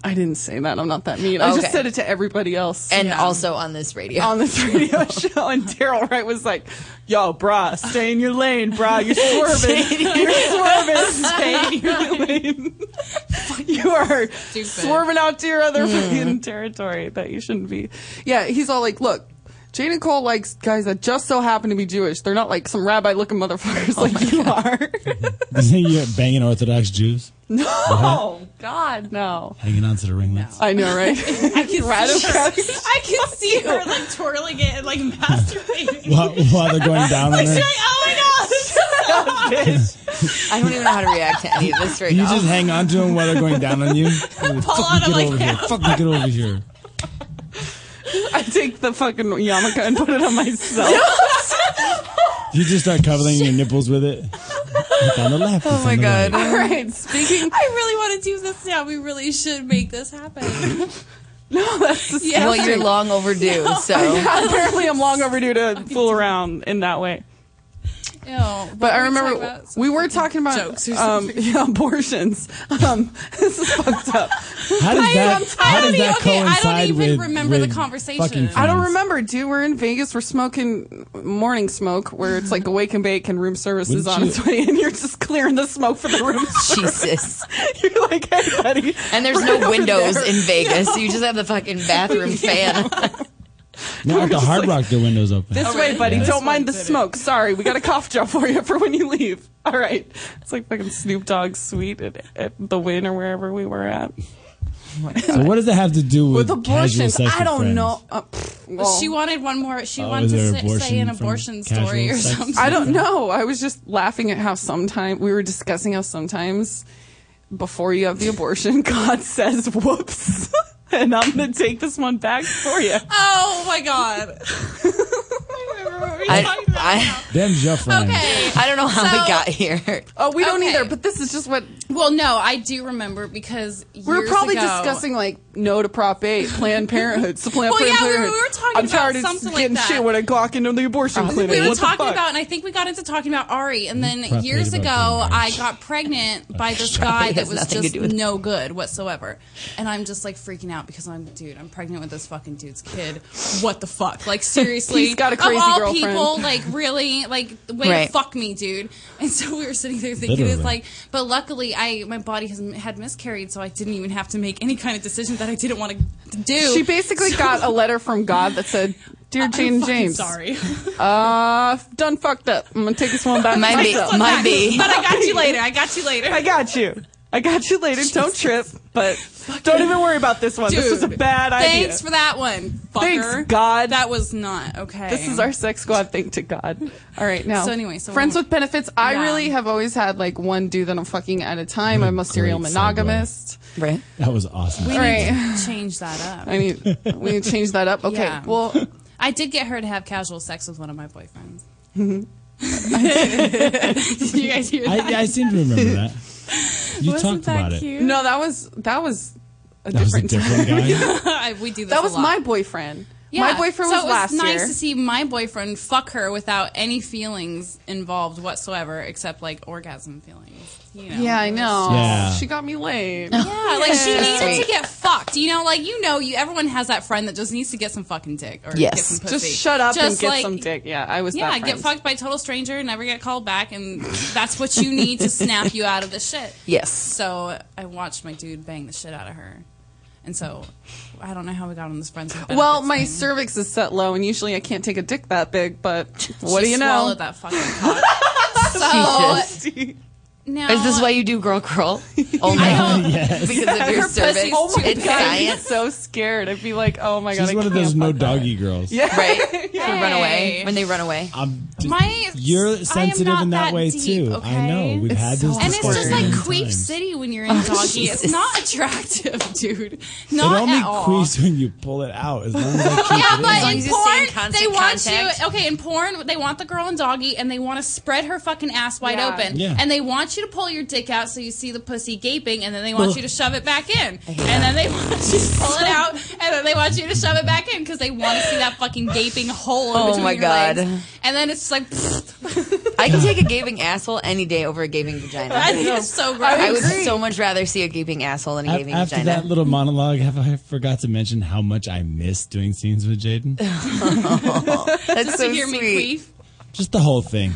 S4: I didn't say that. I'm not that mean. I
S6: Okay.
S4: just said it to everybody else.
S6: And also on this radio.
S4: on this radio show, and Daryl Wright was like, "Yo, brah, stay in your lane, brah. You're swerving.
S6: Stay in your-
S4: You're swerving. Stay in your lane. you are swerving out to your
S6: Hmm.
S4: other fucking territory that you shouldn't be." Yeah, he's all like, "Look." Jane and Cole likes guys that just so happen to be Jewish. They're not like some rabbi looking motherfuckers
S6: Oh
S4: like you are.
S7: You think you're banging Orthodox Jews,
S4: No,
S7: Uh-huh.
S4: Oh, God, no.
S7: hanging onto the ringlets?
S4: I know, right? I
S5: can
S4: Radical-
S5: I can see her like twirling it and like masturbating.
S7: While, while they're going down on
S5: Like, she's
S7: her,
S5: like, oh my god,
S6: I don't even know how to react to any of this right
S7: you
S6: now.
S7: just hang on to them while they're going down on you. Fucking
S6: on
S7: get
S6: him like
S7: over here!
S6: that.
S7: Fucking get over here!
S4: I take the fucking yarmulke and put it on myself.
S7: You just start covering your nipples with it. It's on the left.
S5: Oh
S7: it's on the right.
S4: Oh All right, speaking.
S5: I really want to do this now. We really should make this happen.
S4: no, that's disgusting.
S6: Well, you're long overdue, so.
S4: apparently I'm long overdue to fool around in that way.
S5: Ew,
S4: But I remember we were talking about
S5: jokes or
S4: um,
S5: something.
S4: yeah, abortions. Um, this is fucked up.
S7: How does that? How
S4: e-
S7: does that
S5: okay, I don't
S7: coincide
S5: even
S7: with?
S5: remember the
S7: with
S5: conversation.
S7: fucking
S4: I don't
S7: friends?
S4: remember, dude. We're in Vegas. We're smoking morning smoke, where it's like awake and bake, and room service is
S7: Wouldn't
S4: on
S7: you-
S4: its way, and you're just clearing the smoke for the room. service.
S6: Jesus.
S4: you're like, hey, buddy.
S6: And there's
S4: we're
S6: no
S4: over
S6: windows
S4: there.
S6: in Vegas. You just have the fucking bathroom fan.
S7: No, at the Hard Rock, their windows open.
S4: This way, buddy.
S7: Yeah.
S4: Don't mind the smoke. Sorry, we got a cough drop for you for when you leave. All right. It's like fucking Snoop Dogg's suite at, at the Win or wherever we were at.
S7: So what does that have to do with,
S4: With
S7: casual
S4: abortions,
S7: sex
S4: I
S7: with
S4: don't
S7: friends?
S4: know. Uh, pff, well,
S5: she wanted one more. She
S7: Oh,
S5: wanted
S7: is
S5: to say,
S7: there
S5: say an
S7: abortion from
S5: abortion
S7: casual
S5: story or
S7: sex?
S5: something.
S4: I don't know. I was just laughing at how sometimes we were discussing how sometimes before you have the abortion, God says, whoops. And I'm gonna take this one back for you.
S5: Oh my god.
S6: I, I,
S7: Damn Jeffrey.
S5: Okay.
S6: I don't know how
S5: So-
S6: we got here.
S4: Oh, we don't
S5: Okay.
S4: either. But this is just what
S5: Well, no, I do remember because years
S4: We were probably
S5: ago-
S4: discussing like no to Prop 8, Planned Parenthood. So Planned,
S5: Well,
S4: Planned
S5: yeah, we were-
S4: Parenthood.
S5: we were talking
S4: I'm
S5: about
S4: tired of
S5: something like
S4: getting
S5: that. Uh,
S4: shit when I clock into the abortion clinic.
S5: We were
S4: What the
S5: talking
S4: fuck?
S5: about, and I think we got into talking about Ari, and then
S4: Prep
S5: years
S4: made
S5: ago,
S4: about
S5: I got pregnant by this guy
S6: Probably
S5: that
S6: has
S5: was
S6: nothing to
S5: just
S6: do with it.
S5: no good whatsoever. And I'm just like freaking out because I'm, dude, I'm pregnant with this fucking dude's kid. What the fuck? Like, seriously.
S4: He's got a crazy
S5: Of all
S4: girlfriend.
S5: people, like, really, like, way
S6: Right.
S5: to fuck me, dude. And so we were sitting there thinking,
S6: Literally.
S5: it's like, but luckily, I, my body has had miscarried, so I didn't even have to make any kind of decision that I didn't want to do.
S4: She basically
S5: So-
S4: got a letter from God that said, Dear
S5: I'm
S4: Jane
S5: fucking
S4: James.
S5: Sorry.
S4: Uh, done fucked up. I'm going to take this one back.
S6: Might be-
S4: myself."
S6: might be.
S5: But I got you later. I got you later.
S4: I got you.
S14: I got you later. Don't trip, but don't even worry about this one. this was a bad idea.
S5: Thanks for that one, fucker.
S14: Thanks, God.
S5: That was not okay.
S14: This is our sex squad thing to God. All right,
S4: now.
S5: So anyway, so
S4: friends with benefits. I
S5: Yeah.
S4: really have always had like one dude that I'm fucking at a time. I'm a serial
S7: great segue.
S4: monogamist.
S6: Right.
S7: That was awesome.
S4: All right.
S15: change that up.
S4: I need we need to change that up. Okay.
S15: Yeah.
S4: Well,
S15: I did get her to have casual sex with one of my boyfriends.
S4: Mm-hmm.
S5: Did you guys hear that?
S7: I, I seem to remember that. You
S5: Wasn't
S7: talked
S5: that
S7: about it.
S5: cute?
S4: no, that was that was a
S7: That was a
S4: different,
S7: different
S4: time.
S7: guy.
S15: we do this.
S4: that
S15: a
S4: was
S15: lot.
S4: my boyfriend. my
S5: so
S4: boyfriend was,
S5: it was
S4: last
S5: nice
S4: year.
S5: to see my boyfriend fuck her without any feelings involved whatsoever, except like orgasm feelings. You know?
S4: yeah, I know.
S5: Yeah.
S4: She got me laid.
S5: Yeah, like she
S4: Yeah.
S5: needed to get fucked. You know, like you know, you everyone has that friend that just needs to get some fucking dick or
S4: Yes.
S5: get some pussy.
S4: Just shut up
S5: Just
S4: and get
S5: like,
S4: some dick. Yeah, I was
S5: Yeah,
S4: that
S5: get
S4: friend.
S5: fucked by a total stranger, never get called back, and that's what you need to snap you out of this shit.
S4: Yes.
S5: So I watched my dude bang the shit out of her, and so I don't know how we got on this friends. with
S4: Well, my cervix is set low, and usually I can't take a dick that big. But what
S5: She
S4: do you know?
S5: swallowed that fucking cock. so now
S6: Is this why you do girl curl? Oh my god. Because of your
S4: Her
S6: cervix.
S4: pussy's Oh my
S6: it's
S4: God, I'd be
S6: science.
S4: so scared. I'd be like, oh my god.
S7: She's
S4: I
S7: one of
S4: can't
S7: those no
S4: fuck that.
S7: doggy girls.
S4: Yeah.
S6: Right.
S4: Yeah.
S6: They run away. When they run away.
S7: I'm just-
S5: My- I
S7: you're
S5: am
S7: sensitive
S5: not
S7: in that,
S5: that
S7: way
S5: deep,
S7: too. I
S5: okay?
S7: know. We've had this
S5: and it's just
S7: discussion
S5: like
S7: many
S5: Queef
S7: times.
S5: City when you're in
S6: Oh,
S5: doggy.
S6: Jesus.
S5: It's not attractive, dude.
S7: it
S5: Not
S7: only
S5: at all.
S7: queefs when you pull it out. As long as I keep
S5: Yeah,
S7: it
S5: but in porn,
S7: in.
S5: they want you. Okay, in porn, they want the girl in doggy, and they want to spread her fucking ass wide
S4: Yeah.
S5: open,
S7: Yeah.
S5: and they want you to pull your dick out so you see the pussy gaping, and then they want
S7: Ugh.
S5: you to shove it back in, and then they want you to pull it out, and then they want you to shove it back in because they want to see that fucking gaping hole. In
S6: Oh
S5: between
S6: my
S5: your
S6: God.
S5: legs. And then it's like, pfft,
S6: I can take a gaping asshole any day over a gaping vagina.
S5: I think it's so gross.
S6: I would so much rather see a gaping asshole than a
S7: Af-
S6: gaping
S7: After
S6: vagina.
S7: that little monologue, have I forgot to mention how much I miss doing scenes with Jaden?
S6: That's
S5: just
S6: so
S5: to hear me
S6: sweet.
S5: queef.
S7: just the whole thing,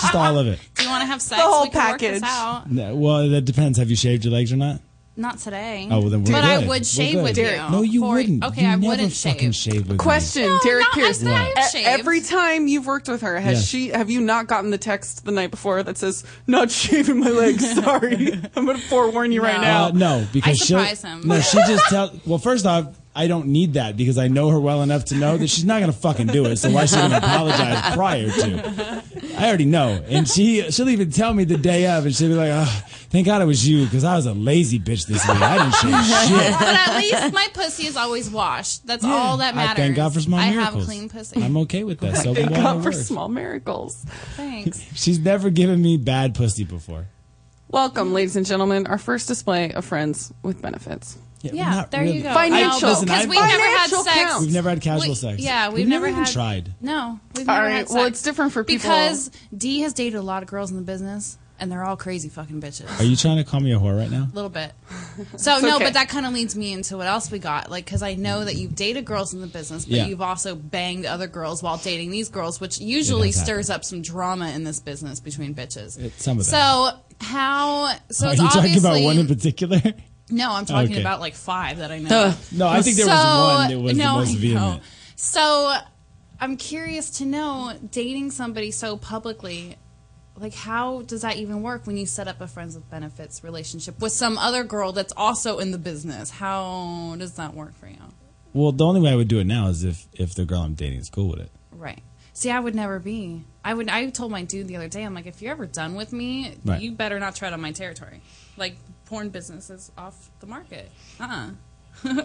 S7: just all of it.
S5: Do you want to have sex?
S14: whole
S5: we can work this
S14: package.
S5: out.
S7: No, Well, that depends. Have you shaved your legs or not?
S5: Not today.
S7: Oh, well, then we're
S5: But I
S7: good.
S5: would
S7: We're
S5: shave
S7: good.
S5: with you.
S7: No, you
S5: for-
S7: wouldn't.
S5: Okay,
S7: You
S5: I
S7: never
S5: wouldn't
S7: fucking
S5: shave.
S7: shave with me.
S4: Question, Derek
S5: not- I
S4: Pierce.
S5: said I have
S4: E-
S5: shaved.
S4: Every time you've worked with her, has
S7: Yes.
S4: she? Have you not gotten the text the night before that says "Not shaving my legs"? Sorry, I'm going to forewarn you right now.
S7: Uh, no, because
S5: I
S7: she'll-
S5: surprise him.
S7: No, she just tell. Well, first off, I don't need that because I know her well enough to know that she's not gonna fucking do it. So why should I apologize prior to? I already know, and she she'll even tell me the day of, and she'll be like, oh, "Thank God it was you because I was a lazy bitch this week. I didn't shave shit."
S5: But at least my pussy is always washed. That's all that
S7: I
S5: matters.
S7: thank God for small
S5: I
S7: miracles.
S5: have clean pussy.
S7: I'm okay with that. So
S4: Thank
S7: why
S4: God
S7: it
S4: for
S7: works?
S4: small miracles.
S5: Thanks.
S7: She's never given me bad pussy before.
S4: Welcome, ladies and gentlemen, our first display of friends with benefits.
S7: we're
S5: Yeah,
S7: not
S5: there
S7: really-
S5: you go.
S4: Financial.
S7: Listen,
S5: because
S7: I've-
S5: we've never had
S4: Financial
S5: sex.
S4: counts.
S7: We've never had casual
S5: We-
S7: sex.
S5: Yeah, we've, never,
S7: never, even
S5: had,
S7: tried.
S5: No, we've
S4: All
S5: never
S4: right,
S5: had sex.
S4: well, it's different for people.
S5: because D has dated a lot of girls in the business, and they're all crazy fucking bitches.
S7: Are you trying to call me a whore right now?
S5: A little bit. So
S4: It's
S5: no,
S4: okay.
S5: but that kind of leads me into what else we got. Like, because I know that you've dated girls in the business, but
S7: Yeah.
S5: you've also banged other girls while dating these girls, which usually
S7: does happen.
S5: stirs up some drama in this business between bitches.
S7: It- some of
S5: so
S7: that.
S5: how? So
S7: Are
S5: it's
S7: you
S5: obviously
S7: talking about one in particular?
S5: no, I'm talking
S7: Okay.
S5: about like five that I know.
S7: No, I think there was one that was the most
S5: I know.
S7: vehement.
S5: So I'm curious to know dating somebody so publicly. Like, how does that even work when you set up a friends with benefits relationship with some other girl that's also in the business? How does that work for you?
S7: Well, the only way I would do it now is if if the girl I'm dating is cool with it.
S5: Right. See, I would never be. I would. I told my dude the other day. I'm like, if you're ever done with me,
S7: Right.
S5: you better not tread on my territory. Like, porn business is off the market. Uh. uh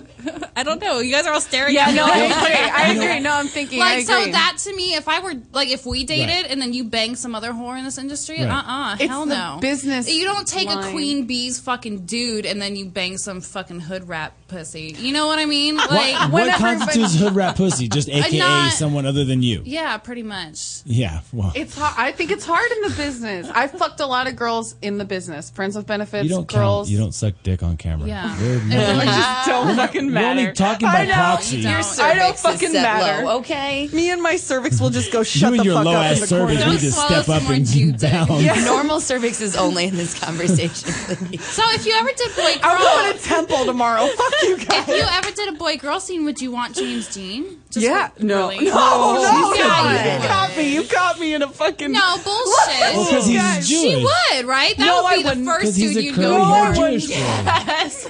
S5: I don't know. You guys are all staring.
S4: yeah,
S5: at
S4: no,
S5: me.
S4: I agree. I agree. No, I'm thinking. I
S5: Like
S4: agree.
S5: so that to me, if I were like if we dated
S7: Right.
S5: and then you bang some other whore in this industry,
S7: Right.
S5: uh uh
S4: It's
S5: hell
S4: the
S5: no.
S4: business
S5: You don't take a
S4: line.
S5: queen bee's fucking dude and then you bang some fucking hood rat pussy. You know what I mean? Like
S7: what what constitutes hood rat pussy? Just AKA
S5: not-
S7: someone other than you.
S5: Yeah, pretty much.
S7: Yeah. Well,
S4: It's hard. I think it's hard in the business. I fucked a lot of girls in the business, friends with benefits,
S7: you don't count.
S4: girls.
S7: You don't suck dick on camera.
S5: Yeah.
S7: We're
S4: I
S7: not-
S4: just don't don't fucking
S7: we're
S4: matter.
S7: only talking
S4: I
S7: by
S4: know.
S7: proxy. Your
S4: I don't
S6: cervix is
S4: fucking
S6: set
S4: matter.
S6: low, okay.
S4: Me and my cervix will just go shut the
S7: you and your
S4: fuck
S7: low
S4: up in
S7: ass
S4: the corner.
S7: service need to step up and down.
S6: Normal cervix is only in this conversation. please.
S16: So if you ever did boy girl,
S6: I'm going
S5: to
S4: temple tomorrow. Fuck you
S5: guys. If you ever did a boy girl scene, would you want James Dean?
S4: yeah, no,
S5: really-
S4: no,
S5: Oh,
S4: no,
S5: she's
S4: no,
S5: got
S4: you
S5: it.
S4: caught me. You caught me in a fucking
S5: No bullshit.
S4: Look,
S7: he's
S4: guys.
S7: Jewish.
S5: She would, right? That
S4: No,
S5: would
S4: I
S5: be the
S4: wouldn't,
S5: first
S7: 'cause he's
S5: dude
S7: a
S5: you'd
S7: curly
S5: go.
S7: haired Jewish boy.
S5: Yes.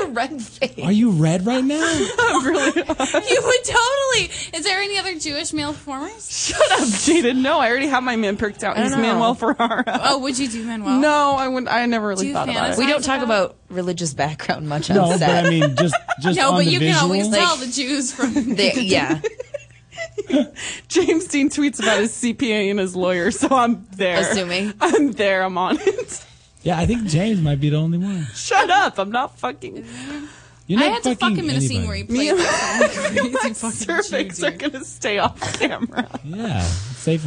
S5: Your red face.
S7: Are you red right now?
S5: You would totally. Is there any other Jewish male performers?
S4: Shut up, Jaden. No, I already have my man picked out.
S5: I
S4: He's
S5: know.
S4: Manuel Ferrara.
S5: Oh, would you do Manuel?
S4: No, I wouldn't. I never really
S5: Do you
S4: thought about it.
S6: We don't talk about religious background much on
S4: No, but
S6: set.
S4: I mean,
S7: just
S6: No, on but the you can visual. always
S5: tell the Jews from
S6: They- yeah.
S4: James Dean tweets about his CPA and his lawyer, so I'm there.
S6: Assuming.
S4: I'm there. I'm on it.
S7: Yeah, I think James might be the only one.
S4: Shut up. I'm not fucking.
S7: You're not fucking anybody.
S4: Me and my cervix are going to stay off camera.
S7: Yeah, it's safer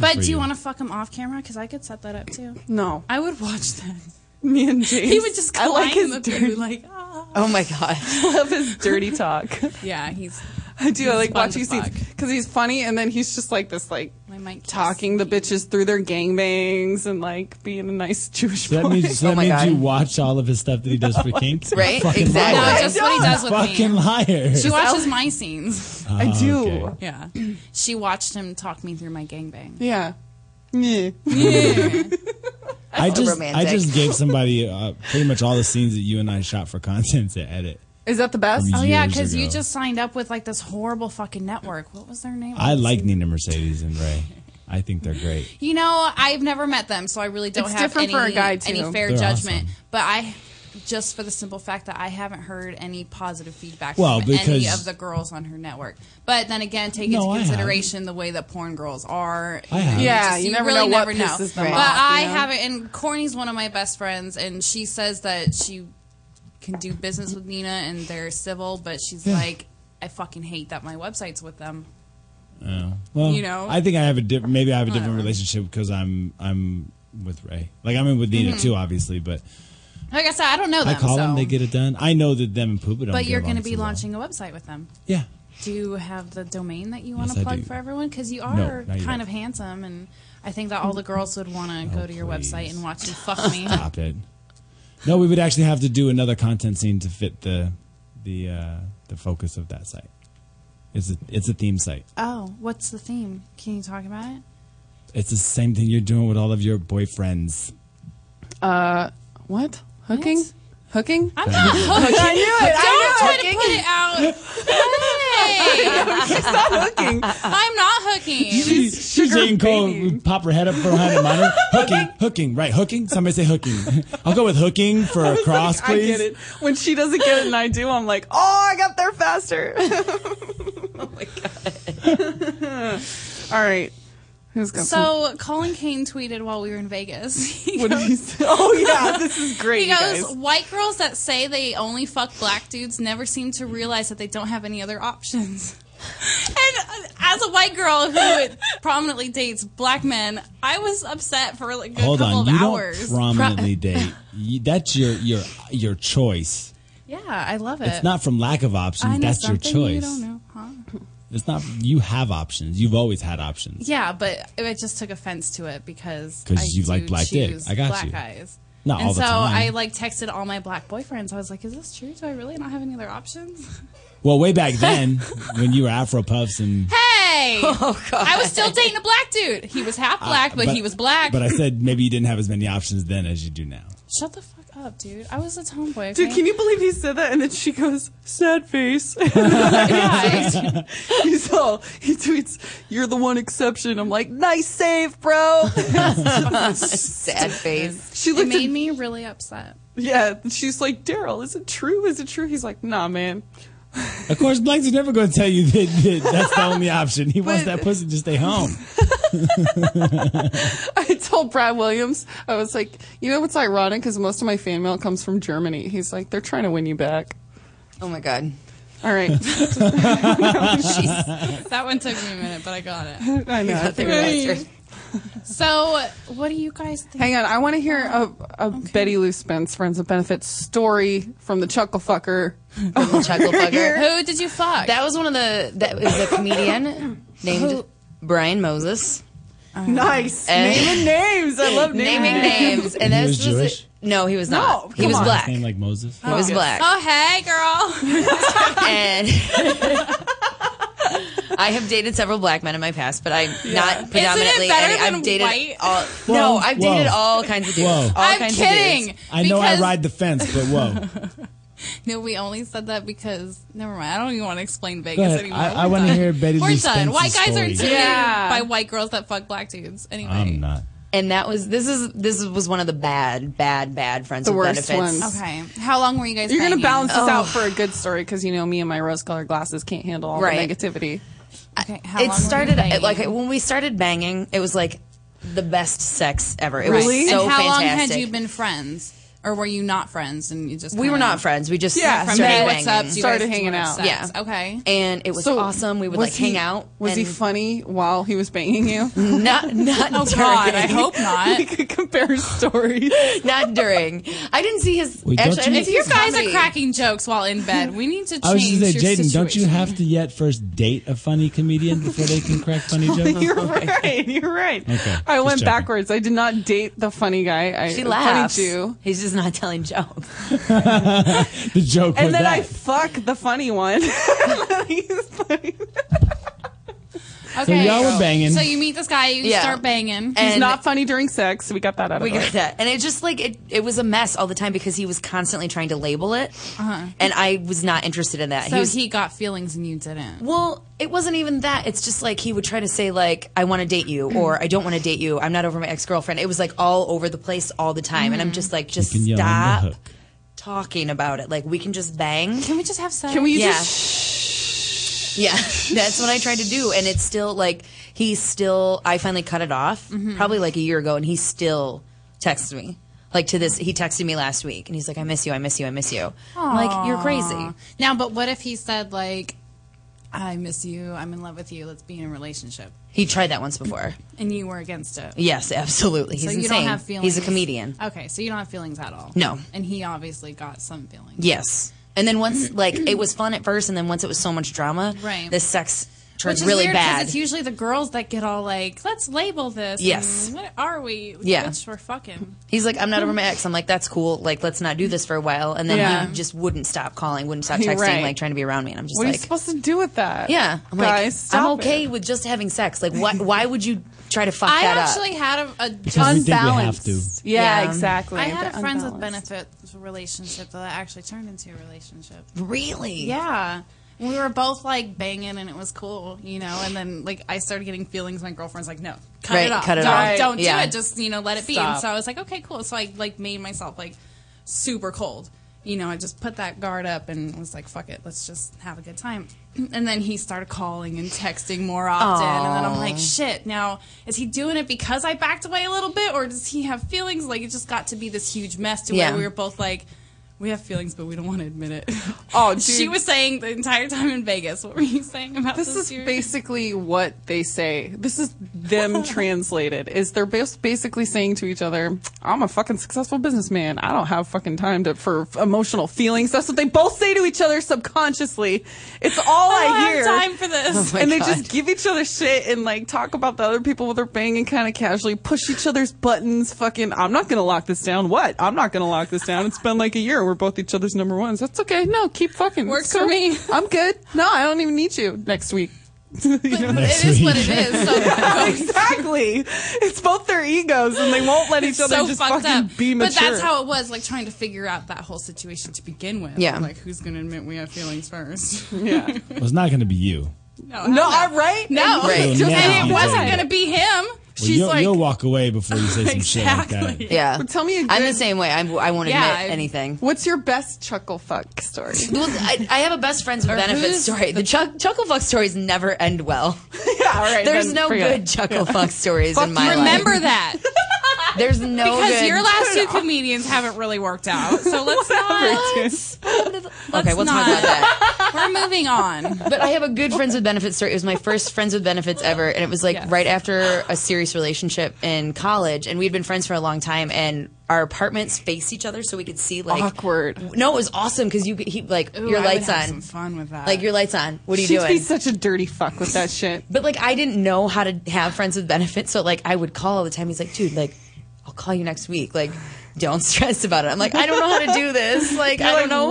S5: But
S7: for
S5: do you
S7: you
S5: want to fuck him off camera? Because I could set that up too.
S4: No.
S5: I would watch that.
S4: Me and James.
S5: He would just
S4: I like
S5: climb
S4: his
S5: up
S4: dirty-
S5: to you like, "Ah."
S6: Oh my god.
S4: I love his dirty talk.
S5: yeah, he's.
S4: I do. I
S5: he's
S4: like
S5: fun
S4: watching
S5: to fuck.
S4: scenes because he's funny, and then he's just like this, like
S5: I might
S4: talking the bitches through their gangbangs and like being a nice Jewish
S7: So that
S4: boy.
S7: means,
S5: Oh
S7: so that means you watch all of his stuff that he does for Kink?
S4: Right?
S7: Fucking
S4: Exactly.
S7: liar.
S5: No, just what he does with me.
S7: Fucking liar.
S5: She watches my scenes.
S7: I Ah, do. okay.
S5: Yeah. She watched him talk me through my gangbang.
S4: Yeah. Yeah.
S7: I
S5: That's
S7: just
S5: romantic.
S7: I just gave somebody uh, pretty much all the scenes that you and I shot for content to edit.
S4: Is that the best?
S7: From
S5: Oh yeah,
S7: years
S5: because you
S7: ago.
S5: just signed up with like this horrible fucking network. What was their name?
S7: I like Nina Mercedes and Ray. I think they're great.
S5: You know, I've never met them, so I really don't
S4: It's
S5: have
S4: different
S5: any,
S4: for a guy, too.
S5: any fair
S7: They're
S5: judgment.
S7: awesome.
S5: But I, just for the simple fact that I haven't heard any positive feedback
S7: Well,
S5: from any
S7: because-
S5: of the girls on her network. But then again, take
S7: No, I
S5: into
S7: haven't.
S5: consideration the way that porn girls are.
S7: I haven't.
S4: Yeah,
S5: just-
S4: you never
S5: really
S4: know what
S5: never know.
S4: pisses them
S5: But
S4: off,
S5: I
S4: you know?
S5: haven't. And Corny's one of my best friends, and she says that she can do business with Nina, and they're civil. But she's
S7: Yeah.
S5: like, I fucking hate that my website's with them.
S7: Oh. Well,
S5: You know?
S7: I think I have a different. Maybe I have a different
S5: Whatever.
S7: relationship because I'm I'm with Ray. Like I'm in with Nina
S5: Mhm.
S7: too, obviously. But
S5: Like I said, I don't know
S7: I
S5: them.
S7: call
S5: so.
S7: them, they get it done. I know that them and Poopa don't.
S5: But you're
S7: going to
S5: be launching a website with them.
S7: Yeah.
S5: Do you have the domain that you want
S7: Yes,
S5: to
S7: I
S5: plug
S7: do.
S5: for everyone? Because you
S7: No,
S5: are
S7: not yet. Oh,
S5: kind of handsome, and I think that all the girls would want to go to your website and watch you fuck me.
S7: Stop it. No, we would actually have to do another content scene to fit the the uh, the focus of that site. It's a, it's a theme site.
S5: Oh, what's the theme? Can you talk about it?
S7: It's the same thing you're doing with all of your boyfriends.
S4: Uh, what? Hooking? Hooking?
S5: I'm not hooking.
S4: I knew it.
S5: Don't
S4: I
S5: try
S4: knew
S5: to
S4: it.
S5: put it out. Hey.
S4: She's not hooking.
S5: I'm not hooking.
S7: She's, she's eating cold. We pop her head up behind the monitor. Hooking, hooking, right? Hooking. Somebody say hooking. I'll go with hooking for a cross,
S4: I
S7: please.
S4: get it. When she doesn't get it and I do, I'm like, oh, I got there faster. oh
S5: Oh
S4: my god. All right. Who's going
S5: So Colin Kane tweeted while we were in Vegas.
S4: What did he say? Oh yeah, this is great.
S5: He
S4: you
S5: goes,
S4: guys.
S5: white girls that say they only fuck black dudes never seem to realize that they don't have any other options. And uh, as a white girl who prominently dates black men, I was upset for like a
S7: Hold
S5: couple
S7: on.
S5: of
S7: You
S5: hours.
S7: don't prominently date. You- That's your your your choice.
S5: yeah, I love it.
S7: It's not from lack of
S5: I
S7: options.
S5: know
S7: That's your
S5: something you
S7: choice.
S5: don't know, huh?
S7: It's not. You have options. You've always had options.
S5: Yeah, but I just took offense to it because
S7: 'Cause
S5: I
S7: you
S5: do
S7: like black dick.
S5: choose
S7: I got
S5: black
S7: you.
S5: guys.
S7: Not
S5: and
S7: all the
S5: so
S7: time.
S5: I like texted all my black boyfriends. I was like, "Is this true? Do I really not have any other options?"
S7: Well, way back then, when you were Afro Puffs and
S5: Hey! I was still dating a black dude. He was half black,
S7: Oh, Uh,
S5: but, he was black.
S7: But I said maybe you didn't have as many options then as you do now.
S5: Shut the fuck up, dude. I was a tomboy.
S4: Dude,
S5: okay?
S4: can you believe he said that? And then she goes, sad face. He's all, he tweets, you're the one exception. I'm like, nice save, bro.
S6: Sad face.
S4: She
S5: it
S4: looked
S5: made
S4: at-
S5: me really upset.
S4: yeah, she's like, Daryl, is it true? Is it true? He's like, nah, man.
S7: Of course, blacks are never going to tell you that, that that's the only option. He wants that pussy to stay home.
S4: I told Brad Williams, I was like, you know what's ironic? Because most of my fan mail comes from Germany. He's like, they're trying to win you back.
S6: Oh my god.
S4: All right.
S5: That one took me a minute, but I got it.
S4: I know.
S6: They realized her.
S5: so, what do you guys think?
S4: Hang on, I want to hear a, a Betty Lou Spence Friends of Benefits story from the Chuckle Fucker.
S6: Chuckle fucker.
S5: Who did you fuck?
S6: That was one of the. That was a comedian named Who- Brian Moses. Eh.
S17: Nice. Naming names. I love naming
S6: naming
S17: names.
S6: names. And
S7: He
S6: this
S7: was
S6: a-
S7: Jewish?
S6: no, he was not.
S7: No,
S6: he was black.
S7: Name like Moses.
S6: He was black.
S1: Oh, hey, girl.
S6: and I have dated several black men in my past, but I'm not predominantly.
S1: Isn't it better
S6: any-
S1: than
S6: I've dated
S1: white?
S6: all. no,
S7: Whoa,
S6: I've dated
S7: whoa.
S6: all kinds of dudes.
S7: Whoa.
S6: All
S1: I'm
S6: kinds
S1: kidding.
S6: Of dudes.
S7: I know I
S1: Because-
S7: ride the fence, but whoa.
S5: No, we only said that because never mind. I don't even want to explain
S7: Go
S5: Vegas
S7: ahead.
S5: anymore.
S7: I, I
S5: We're
S7: want to
S5: done.
S7: hear Betty
S5: We're
S7: Lou
S5: done.
S7: Spence's
S5: White guys are
S7: story.
S5: intimidated
S6: Yeah.
S5: by white girls that fuck black dudes. Anyway,
S7: I'm not.
S6: And that was this is this was one of the bad, bad, bad friends
S4: The
S6: with
S4: worst
S6: benefits.
S4: ones.
S5: okay. How long were you guys?
S4: You're going to
S5: banging?
S4: balance this
S5: Oh.
S4: out for a good story because you know me and my rose colored glasses can't handle all
S6: Right.
S4: the negativity.
S5: Oh. Okay. How
S6: It
S5: long were you
S6: started
S5: banging?
S6: it- like when we started banging. It was like the best sex ever. It
S5: Right.
S6: was so
S5: and how long
S6: fantastic.
S5: had you been friends, or were you not friends? And you just
S6: we were
S5: kinda-
S6: not friends. We just
S4: Yeah,
S5: From
S6: started
S5: hey,
S6: banging.
S5: what's up? Do you
S4: Started
S5: guys do
S4: hanging
S5: you have
S4: out.
S5: sex?
S6: Yeah.
S5: Okay.
S6: and it was
S4: So,
S6: awesome. We would
S4: was
S6: like
S4: he-
S6: hang out.
S4: Was he
S6: and-
S4: funny while he was banging you?
S6: Not not
S5: Oh
S6: during.
S5: God! I hope not.
S4: we could compare stories.
S6: not during. I didn't see his.
S7: Wait, don't
S6: actually, I didn't
S7: you-
S5: If
S6: see
S5: you
S6: his
S5: guys are
S6: comedy.
S5: cracking jokes while in bed, we need to change
S7: I was just
S5: your
S7: saying, Jaden,
S5: situation.
S7: don't you have to yet first date a funny comedian before they can crack funny jokes?
S4: You're right. You're right.
S7: Okay,
S4: I
S7: just
S4: went
S7: checking.
S4: backwards. I did not date the funny guy. I,
S6: She
S4: funny
S6: laughs.
S4: Jew.
S6: He's just not telling jokes.
S7: the joke was
S4: And then I
S7: that.
S4: fuck the funny one.
S5: Okay.
S7: so y'all were banging.
S5: So you meet this guy, you
S6: Yeah.
S5: start banging.
S4: He's
S6: And-
S4: not funny during sex. We got that out of
S6: We
S4: the way.
S6: got that, and it just like it. It was a mess all the time because he was constantly trying to label it, and I was not interested in that.
S5: Uh-huh. so
S6: he was
S5: he got feelings and you didn't.
S6: Well, it wasn't even that. It's just like he would try to say like I want to date you or I don't want to date you. I'm not over my ex-girlfriend. It was like all over the place all the time and I'm
S5: Mm.
S6: just like just
S7: can yell on the
S6: stop
S7: hook.
S6: talking about it. Like we can just bang.
S5: Can we just have sex?
S4: Can we
S6: Yeah.
S4: just
S6: Yeah. That's what I tried to do and it's still like he still I finally cut it off
S5: Mm-hmm.
S6: probably like a year ago and he still texts me. Like to this he texted me last week and he's like I miss you. I miss you. I miss you. I'm like you're crazy.
S5: Now, but what if he said like, "I miss you. I'm in love with you. Let's be in a relationship,"
S6: He tried that once before.
S5: and you were against it?
S6: Yes, absolutely. He's
S5: so you
S6: insane.
S5: don't have feelings.
S6: He's a comedian.
S5: Okay, so you don't have feelings at all.
S6: No.
S5: And he obviously got some feelings.
S6: Yes. And then once, like, it was fun at first, and then once it was so much drama,
S5: Right.
S6: the sex turned
S5: Which is
S6: really
S5: weird 'cause
S6: bad.
S5: It's usually the girls that get all like, "Let's label this." and
S6: Yes.
S5: what are we?
S6: Yeah.
S5: Bitch, we're fucking.
S6: He's like, I'm not over my ex. I'm like, that's cool. Like, let's not do this for a while. And then
S4: Hmm. Yeah.
S6: he just wouldn't stop calling, wouldn't stop
S4: You're
S6: texting,
S4: right.
S6: like trying to be around me. And I'm just
S4: What are you
S6: like,
S4: supposed to do with that?
S6: yeah. I'm
S4: guys,
S6: like,
S4: stop
S6: I'm okay
S4: it.
S6: with just having sex. Like, why, why would you try to fuck
S5: I
S6: that
S5: actually
S6: up?
S5: had a, a
S7: Because we think we have to.
S5: unbalanced.
S4: Yeah,
S6: Yeah.
S4: exactly.
S5: I had a
S4: The
S5: friends with
S4: unbalanced.
S5: benefits relationship that actually turned into a relationship.
S6: Really?
S5: Yeah. We were both like banging and it was cool, you know, and then like I started getting feelings. My girlfriend's like, no, cut
S6: Right,
S5: it off.
S6: cut it
S5: don't,
S6: off.
S5: Don't
S6: Yeah.
S5: do it. Just, you know, let it be. And
S4: Stop.
S5: so I was like, okay, cool. So I like made myself like super cold. You know, I just put that guard up and was like, fuck it, let's just have a good time. And then he started calling and texting more often. And then I'm like, shit, now is he doing it because I backed away a little bit or does he have feelings? Like it just got to be this huge mess to
S6: Yeah.
S5: where we were both like, we have feelings, but we don't want to admit it.
S4: Oh, dude.
S5: She was saying the entire time in Vegas. What were you saying about this?
S4: This is
S5: year?
S4: basically what they say. This is them translated. Is they're bas- basically saying to each other, "I'm a fucking successful businessman. I don't have fucking time to for f- emotional feelings." That's what they both say to each other subconsciously. It's all I,
S5: I don't have
S4: hear.
S5: time for this.
S6: my
S4: and they
S6: God.
S4: just give each other shit and like talk about the other people with their banging kind of casually, push each other's buttons. Fucking, I'm not gonna lock this down. What? I'm not gonna lock this down. It's been like a year. We're both each other's number ones. That's okay. No, keep fucking.
S5: Works
S4: So-
S5: for me.
S4: I'm good. No, I don't even need you next week. You know?
S5: it is what it is. So
S4: exactly. It's both their egos, and they won't let each
S5: it's
S4: other
S5: so
S4: just
S5: fucked
S4: fucking
S5: up.
S4: be
S5: but
S4: mature.
S5: that's how it was. Like trying to figure out that whole situation to begin with.
S6: Yeah.
S5: Like who's gonna admit we have feelings first?
S4: Yeah.
S7: Well, it's not going to be you.
S5: no.
S4: No, I, right?
S5: No.
S4: And you
S7: Right.
S4: just-
S7: Yeah.
S5: And it wasn't
S7: Yeah.
S5: gonna be him.
S7: Well,
S5: She's
S7: you'll,
S5: like,
S7: you'll walk away before you say some shit like
S5: Exactly.
S7: that.
S6: Yeah.
S4: But tell me a
S6: I'm the
S4: good-
S6: same way. I'm, I won't
S5: Yeah,
S6: admit
S5: I-
S6: anything.
S4: What's your best E. chuckle fuck story?
S6: Well, I, I have a best friends with benefits
S5: who's
S6: story. The chuck, chuckle fuck stories never end well.
S4: yeah, all right.
S6: There's
S4: then
S6: no
S4: forget
S6: good
S4: it.
S6: chuckle fuck stories in my
S5: remember
S6: life.
S5: that
S6: There's no
S5: because
S6: good.
S5: your last two comedians haven't really worked out. So let's not.
S4: Never do.
S5: Let's
S6: okay, we'll
S5: not.
S6: talk about that.
S5: We're moving on.
S6: But I have a good friends with benefits story. It was my first friends with benefits ever, and it was like right after a serious relationship in college, and we had been friends for a long time, and our apartments faced each other, so we could see like
S4: Awkward.
S6: No, it was awesome because you could he like
S5: Ooh,
S6: your
S5: I would
S6: lights
S5: have
S6: on,
S5: some fun with that.
S6: like your lights on. What are you
S4: She'd
S6: doing?
S4: be such a dirty fuck with that shit.
S6: But like I didn't know how to have friends with benefits, so like I would call all the time. He's like, dude, like I'll call you next week. Like, don't stress about it. I'm like, I don't know how to do this. Like,
S4: You're
S6: I don't
S4: like,
S6: know.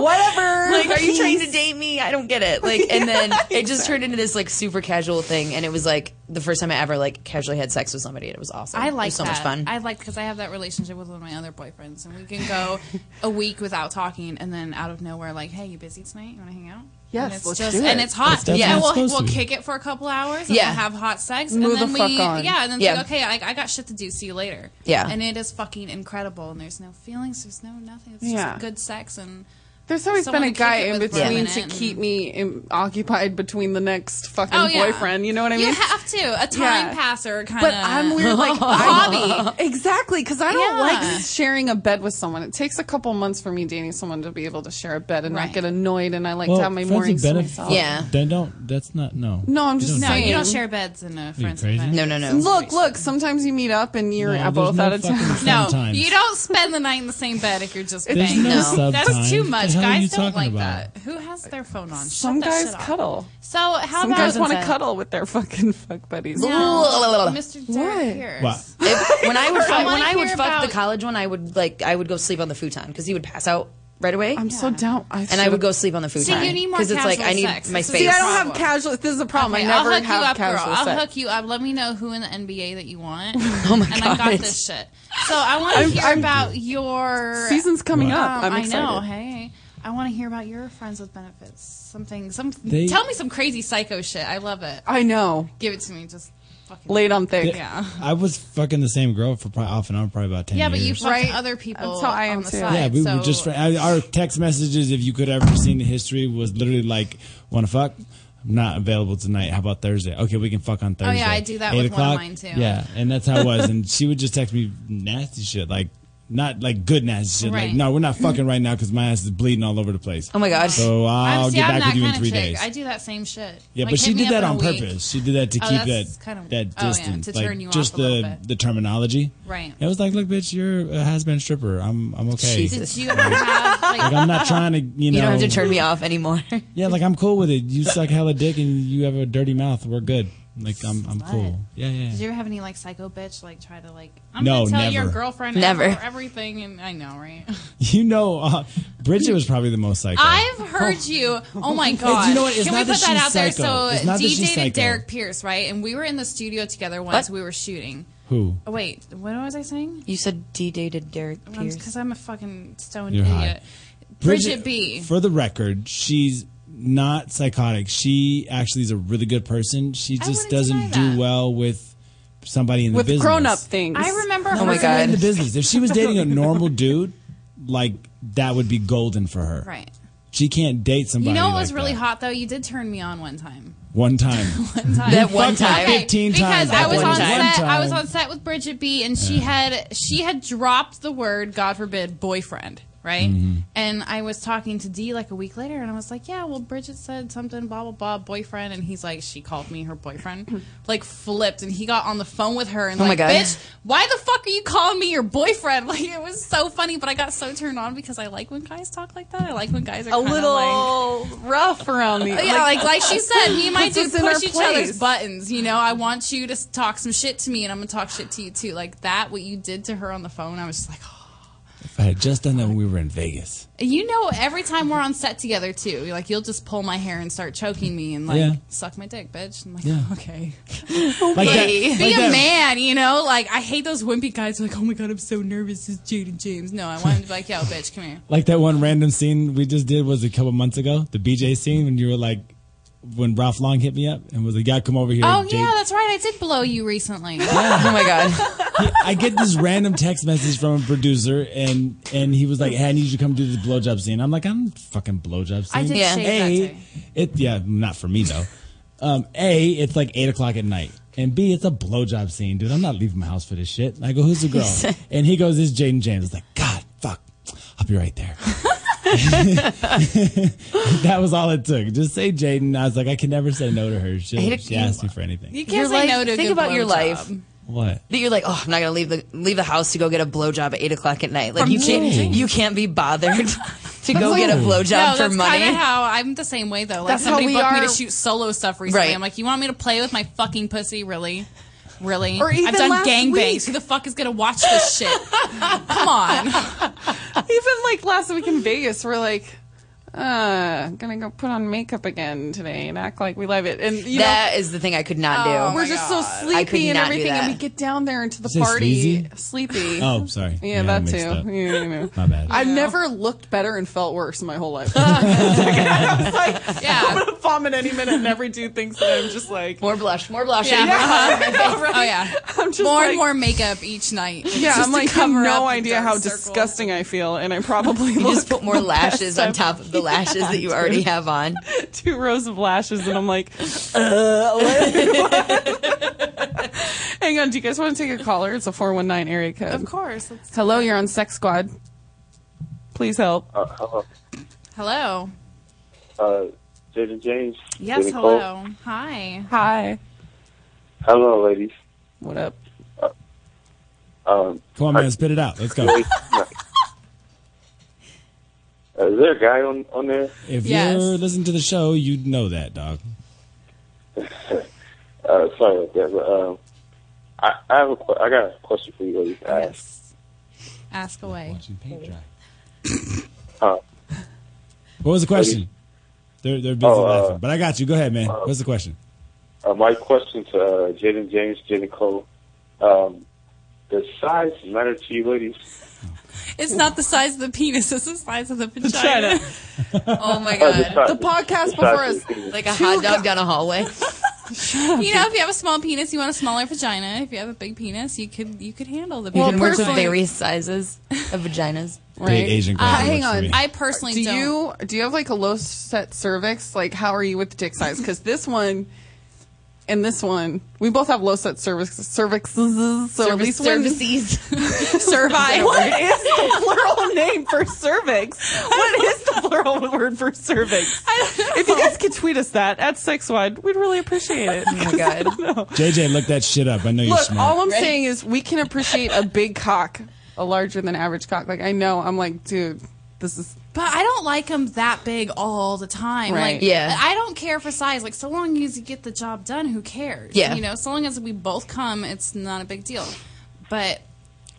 S4: "Whatever,
S6: Like, are you trying to
S4: peace."
S6: date me? I don't get it. Like, and then it just turned into this like super casual thing, and it was like the first time I ever like casually had sex with somebody. and It was awesome.
S5: I
S6: it
S5: like
S6: was so
S5: that.
S6: much fun.
S5: I like because I have that relationship with one of my other boyfriends, and we can go a week without talking, and then out of nowhere, like, "Hey, you busy tonight? You want to hang out?"
S4: Yes,
S5: and it's
S4: let's
S5: just
S4: do it.
S5: and it's hot.
S4: That's- that's
S5: yeah, and
S4: what it's
S5: we'll,
S4: supposed to
S5: we'll
S4: be.
S5: kick it for a couple hours. And
S6: Yeah.
S5: we'll have hot sex,
S4: Move
S5: and then
S4: the fuck
S5: we
S4: on.
S5: yeah, and then it's
S6: Yeah.
S5: like, okay, I, I got shit to do. See you later.
S6: Yeah.
S5: and it is fucking incredible, and there's no feelings, there's no nothing. It's
S4: Yeah.
S5: just good sex, and
S4: There's always
S5: someone
S4: been a
S5: to kick
S4: guy
S5: it
S4: in
S5: with for a
S4: between to
S5: minute
S4: keep me in, occupied between the next fucking
S5: Oh, yeah.
S4: boyfriend. You know what I mean?
S5: You have to a time
S4: Yeah.
S5: passer kind of.
S4: But I'm weird, like
S5: hobby.
S4: I, exactly, because I don't
S5: Yeah.
S4: like sharing a bed with someone. It takes a couple months for me dating someone to be able to share a bed and
S5: Right.
S4: not get annoyed. And I like
S7: Well,
S4: to have my
S7: friends with
S4: mornings to
S7: benefits-
S4: myself.
S7: Then don't. That's not no.
S4: No, I'm just
S7: You don't
S4: saying.
S7: do
S5: you
S7: that.
S5: don't share beds in a friends.
S7: crazy?
S5: event.
S7: No, no, no.
S4: Look, look. Sometimes you meet up and you're
S7: No,
S4: both
S7: there's no
S4: out of
S7: fucking
S4: town.
S7: fun No, times.
S5: You don't spend the night in the same bed if you're just
S7: There's
S5: banging.
S7: no sub time.
S5: That's too
S7: What
S5: much.
S7: the hell are you
S5: Guys don't
S7: talking
S5: like
S7: about?
S5: that. Who has their phone on? Shut
S4: Some
S5: that
S4: guys
S5: shit off.
S4: cuddle.
S5: So how
S4: Some
S5: about
S4: guys want to cuddle with their fucking fuck buddies.
S5: No, Mr. Derek Pierce.
S7: What?
S6: If- when I would
S5: I
S6: fuck,
S5: wanna
S6: when I would
S5: hear
S6: fuck the college one, I would like I would go sleep on the futon because he would pass out right away.
S4: I'm so down. I
S6: and I would go sleep on the futon.
S5: See, you need more
S6: because it's like
S5: casual
S6: I need
S5: sex.
S6: my
S5: This is
S6: space.
S4: See, I
S5: Problem.
S4: don't have casual. This is a problem.
S5: Okay,
S4: I never
S5: I'll hook
S4: have
S5: you up,
S4: casual
S5: girl. I'll
S4: sex.
S5: hook you up. Let me know who in the NBA that you want. oh my and I got
S6: God.
S5: this shit. So I want to
S4: I'm-
S5: hear
S4: I'm-
S5: about your
S4: Season's coming
S5: Um,
S4: up. I'm
S5: I
S4: excited.
S5: know. Hey, I want to hear about your friends with benefits. Something. Some.
S7: They-
S5: tell me some crazy psycho shit. I love it.
S4: I know.
S5: Give it to me. Just fucking.
S4: Laid on thick.
S5: Yeah.
S7: I was fucking the same girl for probably off and on probably about ten
S5: Yeah,
S7: years.
S5: but you fucked
S4: Right.
S5: other people
S4: That's how I am
S5: on the
S4: too.
S5: side.
S7: Yeah, we
S5: so
S7: were just fri- I- our text messages. If you could have ever seen the history, was literally like, "Want to fuck? I'm not available tonight. How about Thursday? Okay, we can fuck on
S5: Oh, yeah,
S7: Thursday.
S5: I do that
S7: Eight
S5: with one of
S7: o'clock?
S5: mine, too.
S7: Yeah, and that's how it was. and she would just text me nasty shit, like not like good nasty shit.
S5: Right.
S7: Like, no, we're not fucking right now because my ass is bleeding all over the place.
S6: Oh my god.
S7: So I'll
S5: I'm, see,
S7: get
S5: I'm
S7: back
S5: that
S7: with you in
S5: kind
S7: three
S5: of chick.
S7: days.
S5: I do that same shit.
S7: Yeah,
S5: Like, hit
S7: but she
S5: me
S7: did
S5: up
S7: that
S5: in a
S7: on
S5: week.
S7: purpose. She did that to
S5: Oh,
S7: keep
S5: that's
S7: that
S5: kinda-
S7: that
S5: oh, yeah,
S7: distance,
S5: to
S7: like
S5: turn you off
S7: just
S5: a little
S7: the
S5: bit.
S7: the terminology.
S5: Right.
S7: It was like, look, bitch, you're a has been stripper. I'm I'm okay.
S5: Did you ever have like?
S7: Like I'm not trying to you know.
S6: You don't have to turn me off anymore.
S7: Yeah, like I'm cool with it. You suck hella dick and you have a dirty mouth. We're good. Like I'm I'm cool. Yeah, yeah.
S5: Did
S7: yeah.
S5: you ever have any like psycho bitch like try to like? I'm
S7: No,
S5: gonna tell your
S7: never.
S5: girlfriend
S6: Never.
S5: ever- everything, and I know, right?
S7: You know, uh, Bridget was probably the most psycho.
S5: I've heard you. Oh my god!
S7: you know what? It's
S5: Can we
S7: not
S5: put
S7: that
S5: that
S7: she's
S5: out there?
S7: psycho. It's
S5: So
S7: not that
S5: D
S7: she's
S5: dated
S7: psycho.
S5: Derek Pierce, right? And we were in the studio together once.
S6: What?
S5: We were shooting.
S7: Who?
S5: Oh, wait, what was I saying?
S6: You said D dated Derek Pierce.
S5: Because I'm a fucking stoned
S7: You're
S5: idiot.
S7: high.
S5: Bridget, B.
S7: For the record, she's not psychotic. She actually is a really good person. She
S5: I
S7: just
S5: wouldn't
S7: doesn't
S5: deny
S7: do
S5: that.
S7: well with somebody in the
S4: With
S7: business.
S4: grown up things.
S5: I remember
S6: Oh
S5: her.
S6: my
S7: in the
S6: god.
S7: business. If she was dating a normal dude, like that would be golden for her.
S5: Right.
S7: She can't date somebody.
S5: You know what
S7: like
S5: was really
S7: that.
S5: hot though? You did turn me on one time.
S7: One time.
S6: That one
S7: fucked
S6: time.
S7: up. 15
S5: because
S7: times
S5: I
S7: that
S5: was
S6: one
S5: on
S6: time.
S5: set.
S7: One
S5: I was
S7: time.
S5: on set with Bridget B, and she had she had dropped the word, God forbid, boyfriend,
S6: Mm.
S5: right? And I was talking to D like a week later, and I was like, Yeah, well, Bridget said something, blah blah blah, boyfriend, and he's like, She called me her boyfriend, like flipped, and he got on the phone with her and
S6: Oh my
S5: like,
S6: God.
S5: Bitch, why the fuck are you calling me your boyfriend? Like it was so funny, but I got so turned on because I like when guys talk like that. I like when guys are
S4: a
S5: kinda, like-
S4: little rough around the.
S5: yeah, like, like she said, me and my
S4: puts
S5: dude
S4: us in our
S5: push each
S4: place.
S5: other's buttons. You know, I want you to s- talk some shit to me, and I'm gonna talk shit to you too. Like that, what you did to her on the phone, I was just like, oh.
S7: If I had just done that when we were in Vegas.
S5: you know, every time we're on set together too, you're like you'll just pull my hair and start choking me and like
S7: Yeah.
S5: suck my dick, bitch. I'm like,
S7: Yeah.
S5: okay,
S7: Like that,
S5: be
S7: like
S5: a
S7: that-
S5: man. You know, like I hate those wimpy guys. Like, oh my god, I'm so nervous. It's Jaden James. No, I want him to be like, yo, bitch, come here.
S7: Like that one random scene we just did was a couple months ago, the BJ scene when you were like, when Ralph Long hit me up and was like, "Yeah, come over here."
S5: Oh
S7: Jade."
S5: yeah, that's right. I did blow you recently.
S6: Oh my god.
S7: I get this random text message from a producer, and and he was like, "Hey, I need you to come do this blowjob scene." I'm like, "I'm fucking blowjob scene."
S5: I did
S6: Yeah.
S5: shave that
S7: A,
S5: day.
S7: it yeah, not for me though. Um, a, it's like eight o'clock at night, and B, it's a blowjob scene, dude. I'm not leaving my house for this shit. And I go, who's the girl? and he goes, it's Jaden James. It's like, God, fuck, I'll be right there. that was all it took. Just say Jaden. I was like, I can never say no to her. She,
S6: Hate it-
S7: she asked me for anything.
S5: You
S6: can't your
S5: say
S6: life,
S5: no to a
S6: Think
S5: good
S6: about your
S5: blowjob.
S6: life.
S7: What?
S6: That you're like, oh, I'm not gonna leave the leave the house to go get a blowjob at eight o'clock at night. Like
S5: For
S6: you can't
S5: money.
S6: you can't be bothered to go get a
S5: no,
S6: blowjob for
S5: that's
S6: money.
S5: kinda how I'm the same way though. Like
S6: That's how
S5: somebody
S6: we
S5: booked me
S6: are.
S5: to shoot solo stuff recently.
S6: Right.
S5: I'm like, you want me to play with my fucking pussy, really? Really?
S3: Or even
S5: I've done
S3: last
S5: gangbangs.
S3: week.
S5: Who the fuck is gonna watch this shit? Come on.
S4: Even like last week in Vegas, we're like, uh, gonna go put on makeup again today and act like we love it. And you
S6: That
S4: know,
S6: is the thing I could not
S4: Oh,
S6: do.
S4: we're just so
S6: I could
S4: sleepy and
S6: not do
S4: everything,
S6: that.
S4: and we get down there into the
S7: Say
S4: party
S7: sleazy?
S4: sleepy.
S7: Oh, sorry.
S4: Yeah,
S7: I'm
S4: that too.
S7: mixed up.
S4: Yeah, I know.
S7: My bad.
S4: I've never looked better and felt worse in my whole life. I was like, yeah. I'm gonna vomit any minute and every do things that I'm just like
S6: more blush, more blush.
S5: Yeah.
S4: Yeah.
S5: Oh yeah.
S4: I'm just
S5: more
S4: like-
S5: and more makeup each night. It's
S4: Yeah,
S5: just to
S4: I'm like have
S5: cover up
S4: no
S5: the
S4: idea
S5: dark
S4: how
S5: circles.
S4: disgusting I feel, and I probably just
S6: put more lashes on top of the lashes that you already have on.
S4: Two rows of lashes, and I'm like, uh, what? hang on. Do you guys want to take a caller? It's a 419 area code.
S5: Of course. Let's-
S4: Hello, you're on Sex Squad. Please help.
S18: Uh, hello.
S5: Hello.
S18: Uh, Jaden James.
S5: Yes,
S18: Jaden Cole.
S5: hello. Hi.
S4: Hi.
S18: Hello, ladies. Uh,
S4: What up?
S18: Um,
S7: Come on, man, spit it out. Let's go.
S18: uh, is there a guy on, on there?
S7: If
S18: Yes.
S7: you're listening to the show, you'd know that, dog.
S18: Uh, sorry about that. But, um, I, I have a, que- I got a question for you ladies. Uh, Yes.
S5: Ask away.
S18: Uh,
S7: What was the question? They're they're busy
S18: Oh, uh,
S7: laughing, but I got you. Go ahead, man. What's the question?
S18: uh, my question to uh, Jaden James, Jaden Cole. Um, does size matter to you ladies?
S5: It's not the size of the penis, it's the size of the vagina.
S6: oh my
S18: Oh, the
S6: god.
S18: size- The podcast the before size us, of the-
S6: Like a hot dog down a hallway.
S5: You know, if you have a small penis, you want a smaller vagina. If you have a big penis, you could you could handle the.
S6: You
S5: big
S6: can work with
S5: vagina.
S6: various sizes of vaginas.
S7: Big Asian guy.
S5: Uh, hang
S7: works for
S5: on.
S7: me.
S5: I personally
S4: do
S5: don't.
S4: you do you have like a low set cervix? Like, how are you with dick size? Because this one and this one, we both have low set cervix cervixes. So at
S6: Cervi-
S4: least one-
S6: cervices.
S4: Cervi. what is the plural name for cervix? What is the plural word for cervix? If you guys could tweet us that at sexwide, we'd really appreciate it. Oh my god.
S7: JJ, look that shit up. I know you're
S4: Look,
S7: smart.
S4: all I'm saying is we can appreciate a big cock, a larger than average cock. Like I know, I'm like, dude, this is
S5: But I don't like them that big all the time.
S4: Right.
S5: Like,
S4: Yeah.
S5: I don't care for size. Like, so long as you get the job done, who cares?
S6: Yeah.
S5: You know, so long as we both come, it's not a big deal. But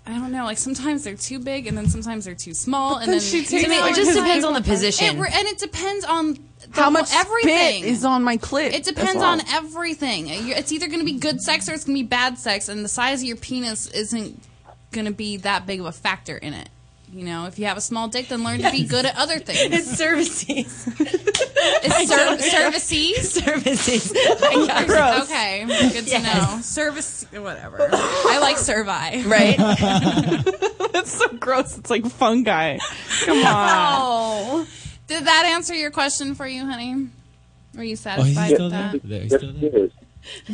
S5: I don't know. Like sometimes they're too big, and then sometimes they're too small, and
S4: then
S5: then
S4: she takes
S5: To me,
S4: out
S5: it just
S4: his
S5: depends
S4: big
S5: on the
S4: one.
S5: position. It re- and it depends on the
S4: how
S5: whole-
S4: much
S5: everything
S4: spit is on my clit.
S5: It depends on everything. You're- It's either going to be good sex or it's going to be bad sex, and the size of your penis isn't going to be that big of a factor in it. You know, if you have a small dick, then learn to be good at other things.
S6: It's services.
S5: It's ser- services.
S6: Services.
S5: Gross. Okay, good to
S6: Yes.
S5: know. Service, whatever. I like servi.
S4: That's so gross. It's like fungi. Come on.
S5: Oh. Did that answer your question for you, honey?
S4: Oh,
S5: Were you satisfied with that?
S18: Yes, it is.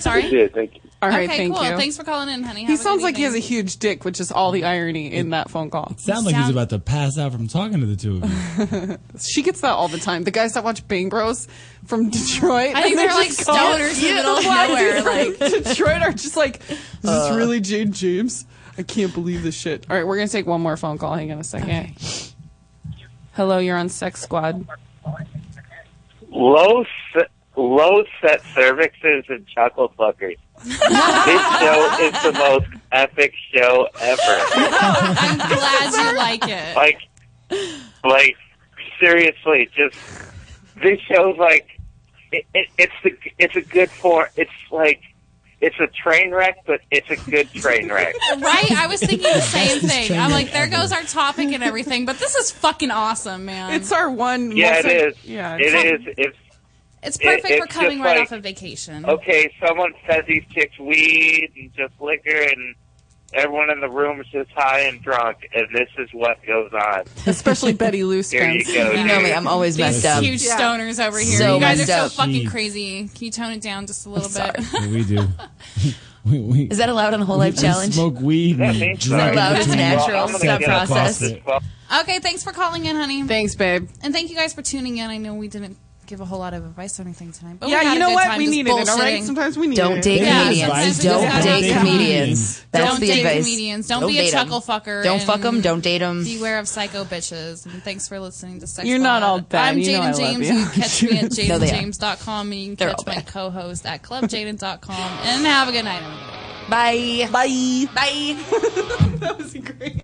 S5: Sorry?
S18: It did. Thank you.
S4: All right,
S5: okay,
S4: thank
S5: cool.
S4: you.
S5: Thanks for calling in, honey.
S4: he
S5: Have a
S4: sounds
S5: good
S4: like he has a
S5: evening.
S4: huge dick, which is all the irony in that phone call.
S7: Sound like he's about to pass out from talking to the two of you.
S4: She gets that all the time. The guys that watch Bang Bros from Detroit.
S5: I think
S4: and
S5: they're like
S4: just called-
S5: stoners in the middle of
S4: Why do
S5: nowhere.
S4: they-
S5: Like,
S4: Detroit are just like, is this
S3: Uh.
S4: really Jade James? I can't believe this shit. All right, we're gonna take one more phone call. Hang on a second. Hello, you're on Sex Squad.
S19: low se- low set cervixes and chocolate fuckers. this show is the most epic show ever.
S5: I'm glad you like it.
S19: Like, like seriously, just this show's like it, it, it's the it's a good for it's like it's a train wreck, but it's a good train wreck.
S5: Right? I was thinking the same
S19: Fastest
S5: thing.
S19: train
S5: I'm
S19: wreck
S5: like, there goes our topic and everything, but this is fucking awesome, man.
S4: It's our one.
S19: Yeah, it
S4: multi-
S19: is.
S4: Yeah,
S19: it
S4: it's-
S19: is. It's
S5: It's
S19: it-
S5: perfect for
S19: it's
S5: coming
S19: just
S5: right
S19: like-
S5: off of vacation.
S19: okay, someone fed these chicks weed and just liquor, and everyone in the room is just high and drunk, and this is what goes on.
S4: Especially Betty Lou
S19: Here you
S4: Spence.
S19: go.
S6: You know me, I'm always
S5: These
S6: messed up.
S5: huge
S6: Yeah.
S5: stoners over here.
S6: So
S5: you guys
S6: messed
S5: are so
S6: up.
S5: fucking
S6: Jeez.
S5: crazy. Can you tone it down just a little bit?
S7: Yeah, we do. we, we,
S6: Is that allowed on a whole life
S7: we
S6: challenge?
S7: Smoke weed.
S6: Yeah,
S7: and
S6: thanks.
S7: drink
S6: Allowed, it's
S7: between
S6: natural,
S7: separate
S6: it's not
S7: closets.
S6: processed.
S5: Okay, thanks for calling in, honey.
S4: Thanks, babe.
S5: And thank you guys for tuning in. I know we didn't give a whole lot of advice or anything tonight, but
S4: Yeah,
S5: we had
S4: you
S5: a
S4: know
S5: good
S4: what?
S5: time
S4: We
S5: just
S4: needed it, all right?
S5: bullshitting.
S4: Sometimes we need
S6: Don't
S4: it.
S6: date
S4: Yeah,
S6: comedians.
S4: sometimes we
S6: Don't
S4: just gotta
S6: date
S4: date
S6: comedians.
S4: comedians.
S6: That's
S5: don't
S6: the
S5: date
S6: advice.
S5: comedians. Don't, be a
S6: date 'em.
S5: chuckle fucker.
S6: Don't fuck them.
S5: and
S6: Don't date them.
S5: Beware of psycho bitches. And thanks for listening to Sex.
S4: You're not
S5: Bot.
S4: all bad.
S5: I'm
S4: You know I
S5: Jaden
S4: love
S5: James.
S4: you.
S5: You can catch me at
S4: No, they are.
S5: jadenjames.com and you can
S4: They're
S5: catch
S4: all
S5: my co-host at clubjaden.com. And have a good night.
S6: Bye.
S5: Bye.
S1: Bye.
S5: that was great.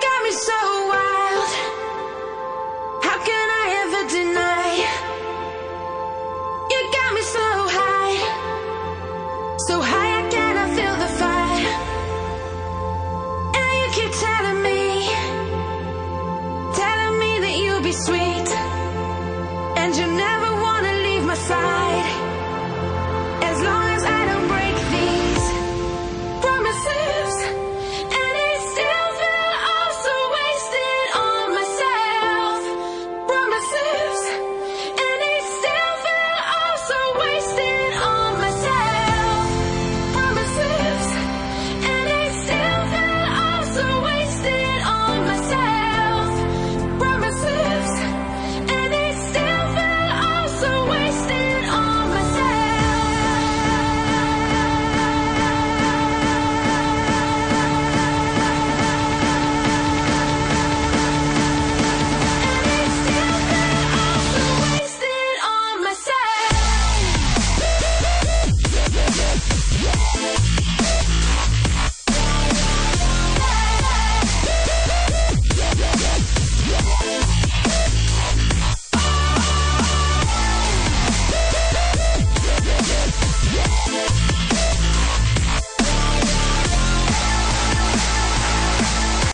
S20: got me so wild. How can I ever deny? You got me so high. So high.